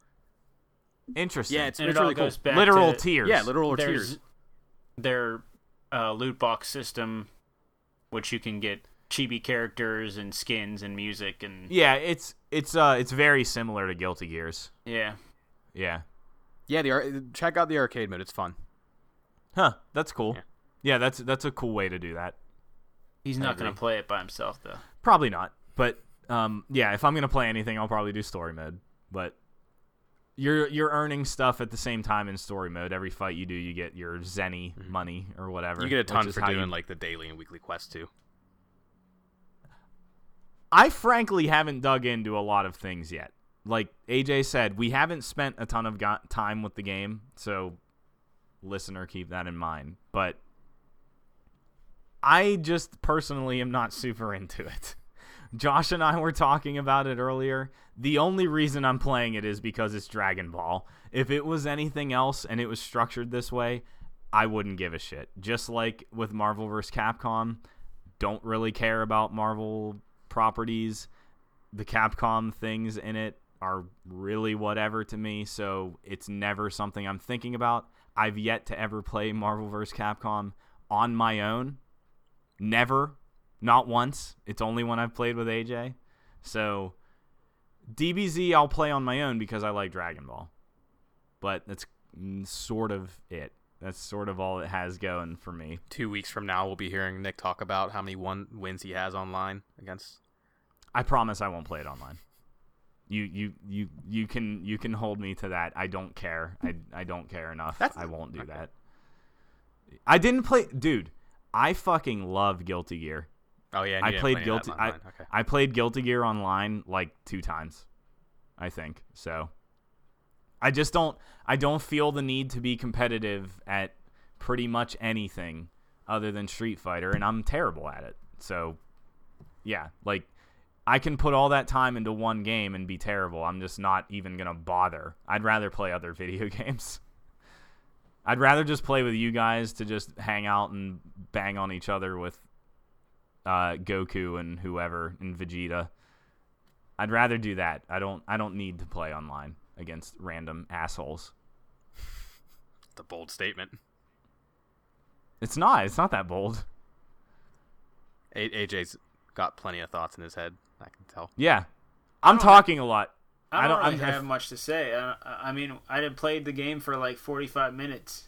Interesting.
Yeah, it's,
And
it's
it all
really cool.
goes back
literal
to
tears.
Yeah, literal or
there's
tears.
their uh, loot box system, which you can get chibi characters and skins and music and
Yeah, it's it's uh it's very similar to Guilty Gears.
yeah.
Yeah.
Yeah, the ar- check out the arcade mode. It's fun.
Huh. That's cool. Yeah,
Yeah.
that's that's a cool way to do that.
He's not gonna play it by himself though.
Probably not, but um yeah, if I'm gonna play anything, I'll probably do story mode. But you're you're earning stuff at the same time in story mode. Every fight you do, you get your zenny money or whatever.
Mm-hmm. You get a
which
ton
is
for
how
doing
you-
like the daily and weekly quests too.
I frankly haven't dug into a lot of things yet. Like AJ said, we haven't spent a ton of go- time with the game, so listener, keep that in mind. But I just personally am not super into it. Josh and I were talking about it earlier. The only reason I'm playing it is because it's Dragon Ball. If it was anything else and it was structured this way, I wouldn't give a shit. Just like with Marvel vs. Capcom, don't really care about Marvel properties. The Capcom things in it are really whatever to me, so it's never something I'm thinking about. I've yet to ever play Marvel vs. Capcom on my own. Never. Not once. It's only when I've played with AJ. So DBZ I'll play on my own because I like Dragon Ball. But that's mm, sort of it. That's sort of all it has going for me.
Two weeks from now, we'll be hearing Nick talk about how many one wins he has online against.
I promise I won't play it online. You you you you can you can hold me to that. I don't care. I I don't care enough.
That's-
I won't do
okay.
that. I didn't play dude, I fucking love Guilty Gear.
Oh yeah, and
I
you didn't
played
play any of that
Guilty I,
online. okay.
I played Guilty Gear online like two times. I think. So I just don't I don't feel the need to be competitive at pretty much anything other than Street Fighter and I'm terrible at it. So yeah, like I can put all that time into one game and be terrible. I'm just not even going to bother. I'd rather play other video games. I'd rather just play with you guys to just hang out and bang on each other with uh, Goku and whoever and Vegeta. I'd rather do that. I don't I don't need to play online against random assholes.
The bold statement.
It's not. It's not that bold.
A- AJ's got plenty of thoughts in his head. I can tell.
Yeah. I'm talking a lot.
I
I
don't,
don't-
really
I'm- I-
have much to say. I, I mean, I had played the game for like 45 minutes.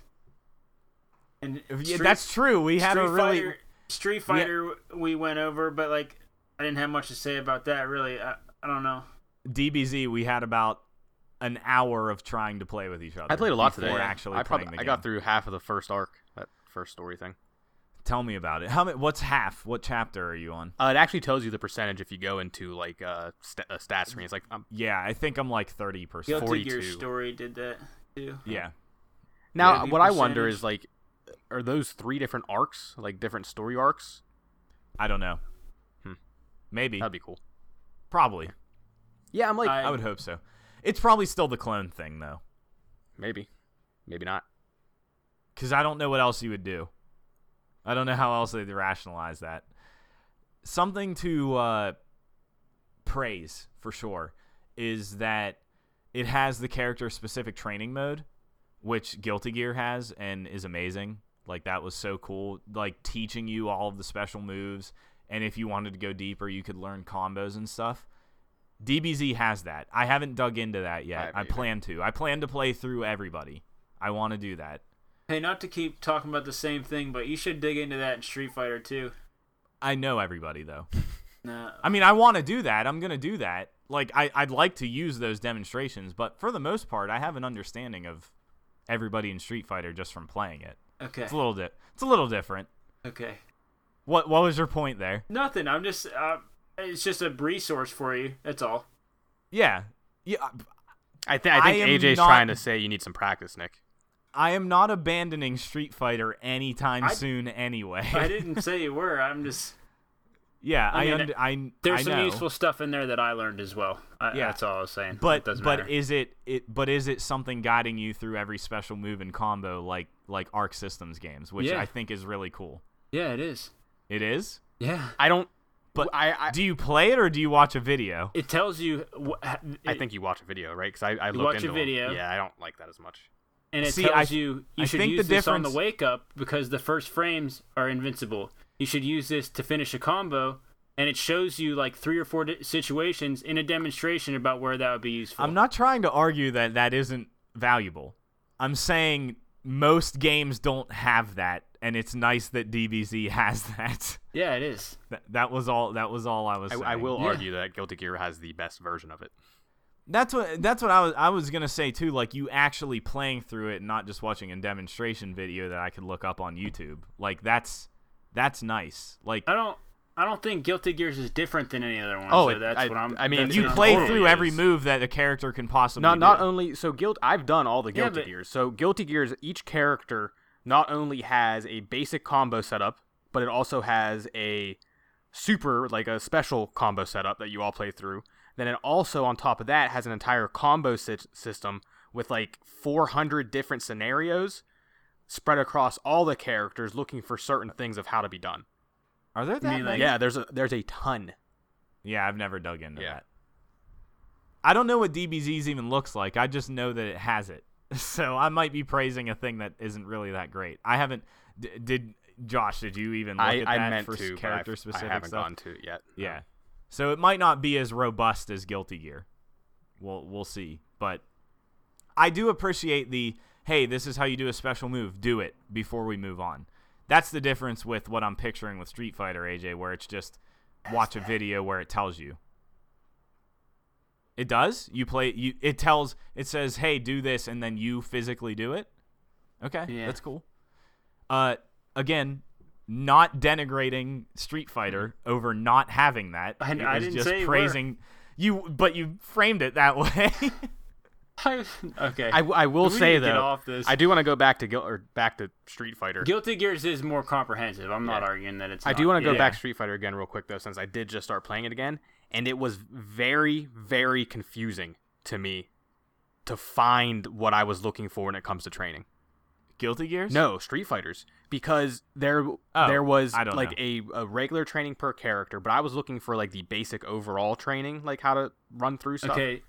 And
Yeah,
Street-
That's true. We had
Street
a really
Fighter, Street Fighter we went over, but like I didn't have much to say about that really. I, I don't know.
DBZ, we had about an hour of trying to play with each other.
I played a lot
before
today.
Actually,
I
playing
probably
the
I got
game.
through half of the first arc, that first story thing.
Tell me about it. How many? What's half? What chapter are you on?
Uh, it actually tells you the percentage if you go into like uh, st- a stats screen. It's like um,
Yeah, I think I'm like thirty percent.
Guilty
42.
Gear Story did that too.
Yeah,
now
the
what I wonder
percentage.
is like, are those three different arcs, like different story arcs?
I don't know.
Hmm.
Maybe,
That'd be cool.
probably.
Yeah, I'm like
I would hope so. It's probably still the clone thing though,
maybe, maybe not.
because I don't know what else you would do. I don't know how else they'd rationalize that. Something to uh, praise for sure is that it has the character specific training mode, which Guilty Gear has and is amazing. Like that was so cool. Like teaching you all of the special moves, and if you wanted to go deeper, you could learn combos and stuff. DBZ has that. I haven't dug into that yet.
haven't
I
either.
plan to. I plan to play through everybody. I want to do that.
Hey, not to keep talking about the same thing, but you should dig into that in Street Fighter too.
I know everybody though.
Nah,
I mean, I want to do that. I'm going to do that. Like, I, I'd like to use those demonstrations, but for the most part, I have an understanding of everybody in Street Fighter just from playing it.
okay,
It's a little di- It's a little different.
okay.
What What was your point there?
Nothing. I'm just. Uh, it's just a resource for you. That's all.
Yeah, yeah. I-
I, th- I
I
think
am
AJ's
not-
trying to say you need some practice, Nick.
I am not abandoning Street Fighter anytime
I-
soon. Anyway,
I didn't say you were. I'm just.
yeah,
I
I,
mean,
und- I
There's
I
some
know.
useful stuff in there that I learned as well. I,
Yeah.
that's all I was saying.
but
it doesn't
but
matter.
is it it but is it something guiding you through every special move and combo like like Arc Systems games, which
Yeah.
I think is really cool.
yeah, it is.
It is.
Yeah,
I don't.
But
I I,
do you play it or do you watch a video?
it tells you. Wh- it,
I think you watch a video, right? Because I, I looked
watch a
into 'em.
video.
Yeah, I don't like that as much.
and it
See,
tells
I-
you you
I
should
think the
use this on the
difference-
wake up because the first frames are invincible. You should use this to finish a combo, and it shows you like three or four di- situations in a demonstration about where that would be useful.
I'm not trying to argue that that isn't valuable. I'm saying most games don't have that, and it's nice that DBZ has that.
Yeah, it is.
That, that was all. That was all I was.
I,
saying.
I will
Yeah.
argue that Guilty Gear has the best version of it.
That's what that's what I was I was gonna say too. Like you actually playing through it, and not just watching a demonstration video that I could look up on YouTube. Like that's that's nice. Like
I don't. I don't think Guilty Gears is different than any other one.
Oh,
so
it-
that's
I-
what I'm.
I mean,
that's
you
what I'm
play
totally
through
is.
every move that a character can possibly.
Not not
do.
only so guilt. I've done all the
Yeah,
Guilty
but-
Gears. So Guilty Gears, each character not only has a basic combo setup, but it also has a super like a special combo setup that you all play through. Then it also on top of that has an entire combo sy- system with like 400 different scenarios spread across all the characters looking for certain things of how to be done.
are there that
mean,
many?
like-
Yeah, there's a there's a ton.
Yeah, I've never dug into
Yeah.
that. I don't know what DBZ's even looks like. I just know that it has it. So I might be praising a thing that isn't really that great. I haven't. D- did Josh? Did you even look
I,
at that
I meant
for s-
to, but I've-
character specific
I haven't
stuff?
gone to it yet.
Yeah. Oh. So it might not be as robust as Guilty Gear. We'll we'll see, but I do appreciate the hey, this is how you do a special move. Do it before we move on. That's the difference with what I'm picturing with Street Fighter AJ where it's just watch a video where it tells you. It does? You play you it tells it says, "Hey, do this," and then you physically do it? Okay.
Yeah.
That's cool. Uh again, not denigrating Street Fighter over not having that.
I-
It
I
was
didn't
just
say it were.
praising you, but you framed it that way.
okay.
I, I will
We need
say
to get
though,
off this.
I do want to go back to Gil- or back to Street Fighter.
Guilty Gears is more comprehensive. I'm not
Yeah.
arguing that it's.
I do
not.
want to go
Yeah.
back to Street Fighter again real quick though, since I did just start playing it again, and it was very very confusing to me to find what I was looking for when it comes to training.
Guilty Gears?
No, Street Fighters because there
Oh,
there was
I don't
like a, a regular training per character, but I was looking for like the basic overall training, like how to run through stuff.
Okay.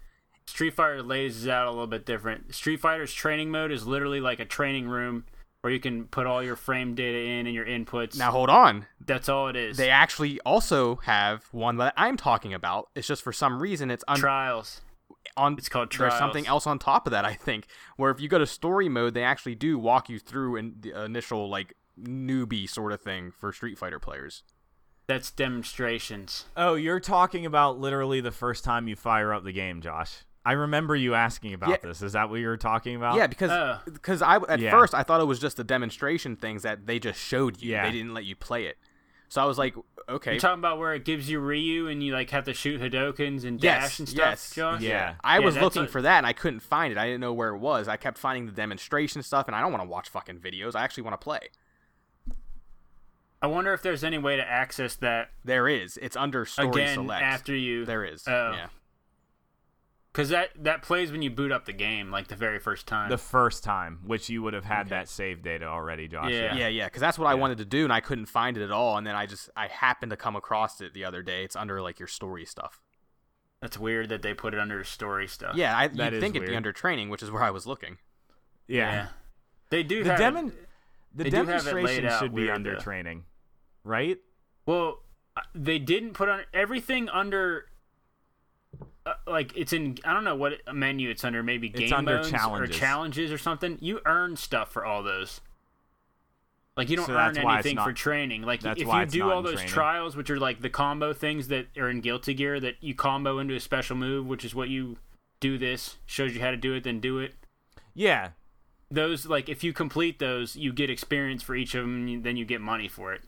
Street Fighter lays it out a little bit different. Street Fighter's training mode is literally like a training room where you can put all your frame data in and your inputs.
Now hold on,
that's all it is.
they actually also have one that I'm talking about. It's just for some reason it's un-
trials.
on
It's called
there's something
Trials.
else on top of that i think where if you go to story mode they actually do walk you through in the initial like newbie sort of thing for street fighter players
That's demonstrations.
Oh, you're talking about literally the first time you fire up the game, Josh. I remember you asking about
Yeah.
this. Is that what you were talking about?
yeah because
Oh.
because i at
Yeah.
first i thought it was just the demonstration things that they just showed you
Yeah.
they didn't let you play it so i was like okay
You're talking about where it gives you Ryu and you like have to shoot Hadokens and
Yes,
dash and stuff.
yes.
Josh?
Yeah.
I
Yeah,
was
that's
looking
a-
for that and I couldn't find it. I didn't know where it was. I kept finding the demonstration stuff, and I don't want to watch fucking videos. I actually want to play.
I wonder if there's any way to access that
There is. It's under story
again
select.
after you.
there is.
Oh.
yeah.
Because that that plays when you boot up the game like the very first time.
The first time, which you would have had
Okay.
that save data already, Josh.
Yeah.
Yeah, yeah, because that's what I
Yeah.
wanted to do, and I couldn't find it at all. And then I just I happened to come across it the other day. It's under like your story stuff.
that's weird that they put it under story stuff.
Yeah, I
That
you'd
is
think it'd be
weird.
under training, which is where I was looking.
Yeah.
They do
The
have it-
demon the
they do have it laid
demonstration
out
should be
weird,
under
though.
training, right?
Well, uh, they didn't put on everything under. Uh, like it's in I don't know what menu it's under. Maybe
It's
game
under
modes
challenges.
or challenges or something. You earn stuff for all those. Like you don't
So
earn
that's why it's
anything
not-
for training. Like
that's
if
why
you
it's
do
not
all
in
those
training.
trials, which are like the combo things that are in Guilty Gear that you combo into a special move, which is what you do. This shows you how to do it, then do it.
Yeah.
Those like if you complete those, you get experience for each of them. and Then you get money for it.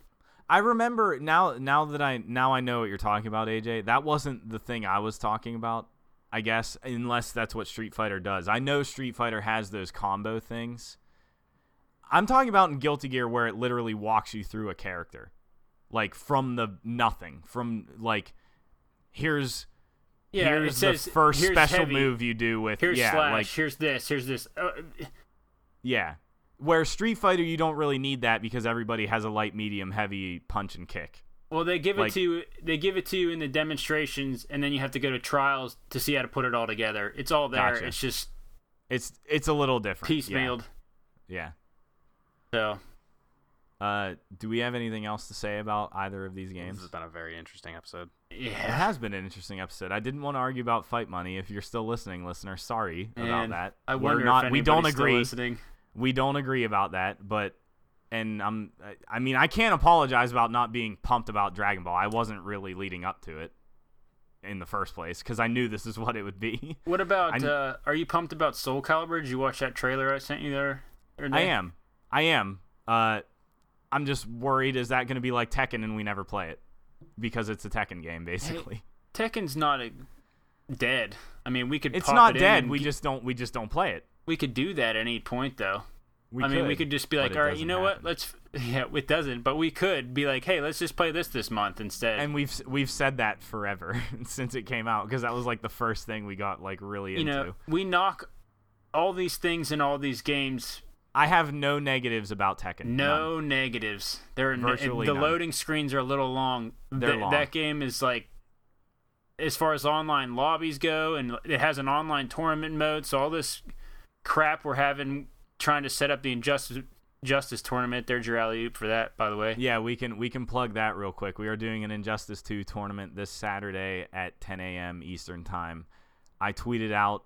I remember now now that I now I know what you're talking about, AJ. That wasn't the thing I was talking about, I guess, unless that's what Street Fighter does. I know Street Fighter has those combo things. I'm talking about in Guilty Gear where it literally walks you through a character. Like from the nothing, from like here's
Yeah,
here's
it says
the first
here's
special
heavy,
move you do with
Here's
yeah,
slash.
like
here's this. Here's this. Uh,
yeah. Where Street Fighter you don't really need that because everybody has a light, medium, heavy punch and kick.
well, they give it
Like-
to you. They give it to you in the demonstrations, and then you have to go to trials to see how to put it all together. It's all there.
Gotcha.
It's just
It's it's a little different. Yeah.
piecemealed.
yeah.
So
Uh, do we have anything else to say about either of these
This
games?
has been a very interesting episode.
It
yeah.
has been an interesting episode. I didn't want to argue about fight money. If you're still listening, listener, sorry about
And
that.
I
We're
wonder
not.
if
we don't
anybody's still
agree.
listening.
We don't agree about that. But and I'm. I- I mean, I can't apologize about not being pumped about Dragon Ball. I wasn't really leading up to it. in the first place because I knew this is what it would be.
What about?
I'm-
Uh, are you pumped about Soul Calibur? Did you watch that trailer I sent you there? Or
I
Nick?
am. I am. Uh, I'm just worried. Is that going to be like Tekken and we never play it because it's a Tekken game, basically.
Tekken's not a dead. I mean, we could.
it's
pop
not
it in
dead.
and
We
g-
just don't. We just don't play it.
we could do that at any point though.
We
I mean, we could just be like,
but it
all right, you
doesn't
know
happen."
what? Let's. Yeah, it doesn't, but we could be like, hey, let's just play this this month instead.
And we've s- we've said that forever since it came out because that was like the first thing we got like really
you
into.
know, we knock all these things in all these games.
I have no negatives about Tekken. none.
No negatives. There are no,
Virtually
the
none.
loading screens are a little long.
They're
Th-
long.
That game is like, as far as online lobbies go, and it has an online tournament mode. So all this crap we're having trying to set up the injustice justice tournament. There's your alley oop for that, by the way.
Yeah, we can we can plug that real quick. We are doing an Injustice 2 tournament this Saturday at 10 a.m. Eastern time. I tweeted out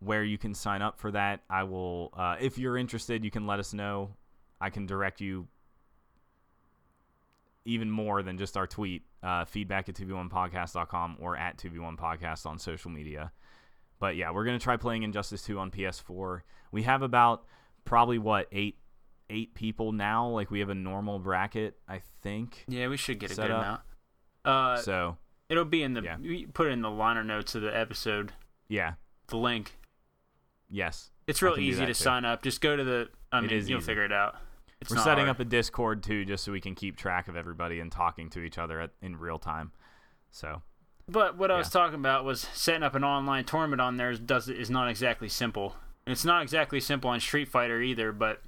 where you can sign up for that. I will, uh, if you're interested, you can let us know. I can direct you even more than just our tweet. Uh, feedback at 2v1podcast.com or at 2v1podcast on social media. But yeah, we're gonna try playing Injustice 2 on PS4. We have about probably what eight eight people now. Like we have a normal bracket, I think.
Yeah, we should get a
Set
good
up.
amount. Uh,
So
it'll be in the
yeah.
we put it in the liner notes of the episode.
yeah,
The link.
yes.
It's
I
real
can do
easy
that
to
too.
sign up. Just go to the. I
It
mean,
is
you'll
easy.
figure it out. It's
We're
not
setting
hard.
up a Discord too, just so we can keep track of everybody and talking to each other at, in real time. So
But what I was
Yeah.
talking about was setting up an online tournament on there is, does is not exactly simple. And it's not exactly simple on Street Fighter either. But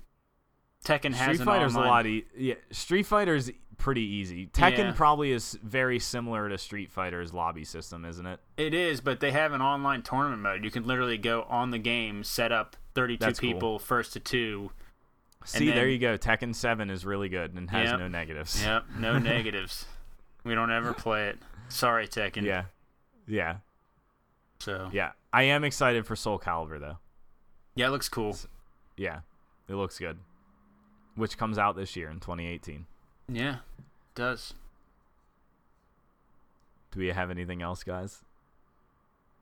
Tekken has
Street
an
Fighter's
online.
a lot. E- yeah, Street Fighter's pretty easy. Tekken
Yeah.
probably is very similar to Street Fighter's lobby system, isn't it?
It is, but they have an online tournament mode. You can literally go on the game, set up thirty-two
That's cool.
people, first to two.
See, there
then-
you go. Tekken Seven is really good and has
Yep.
no negatives.
Yep, no negatives. We don't ever play it. Sorry, Tekken.
Yeah, yeah,
So yeah,
yeah. I am excited for Soul Calibur though.
it looks cool.
Yeah, it looks good. Which comes out this year in 2018.
Yeah, it does.
Do we have anything else, guys?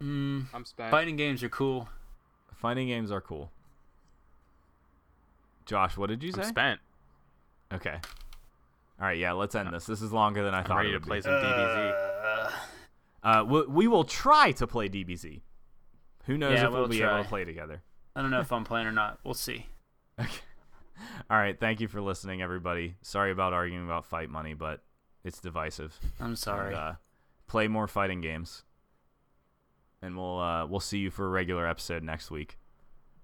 Mm.
I'm
Uh,
spent.
Fighting games are cool.
Fighting games are cool. Josh, what did you
I'm
say?
spent.
okay. All right, yeah, let's end this. This is longer than I thought.
Uh, I'm ready
it
to
would
play
be.
some DBZ.
Uh, we, we will try to play DBZ. Who knows
Yeah,
if we'll,
we'll
be
try.
able to play together.
I don't know if I'm playing or not. We'll see.
Okay. All right, thank you for listening, everybody. Sorry about arguing about fight money, but it's divisive.
I'm sorry.
And, uh, play more fighting games, and we'll uh, we'll see you for a regular episode next week.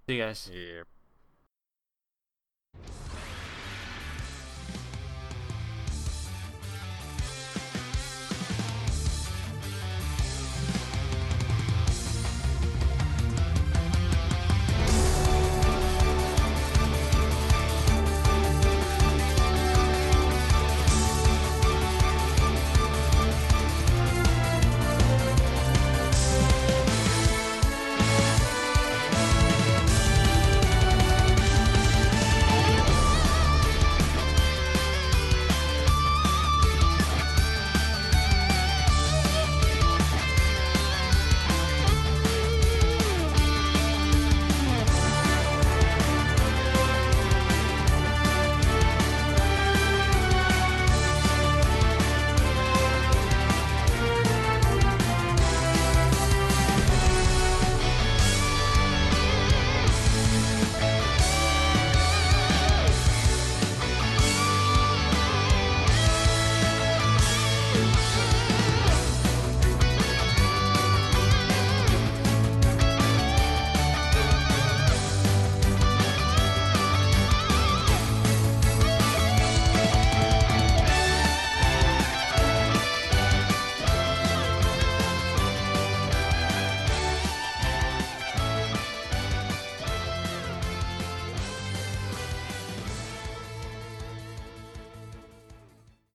See you guys.
Yeah.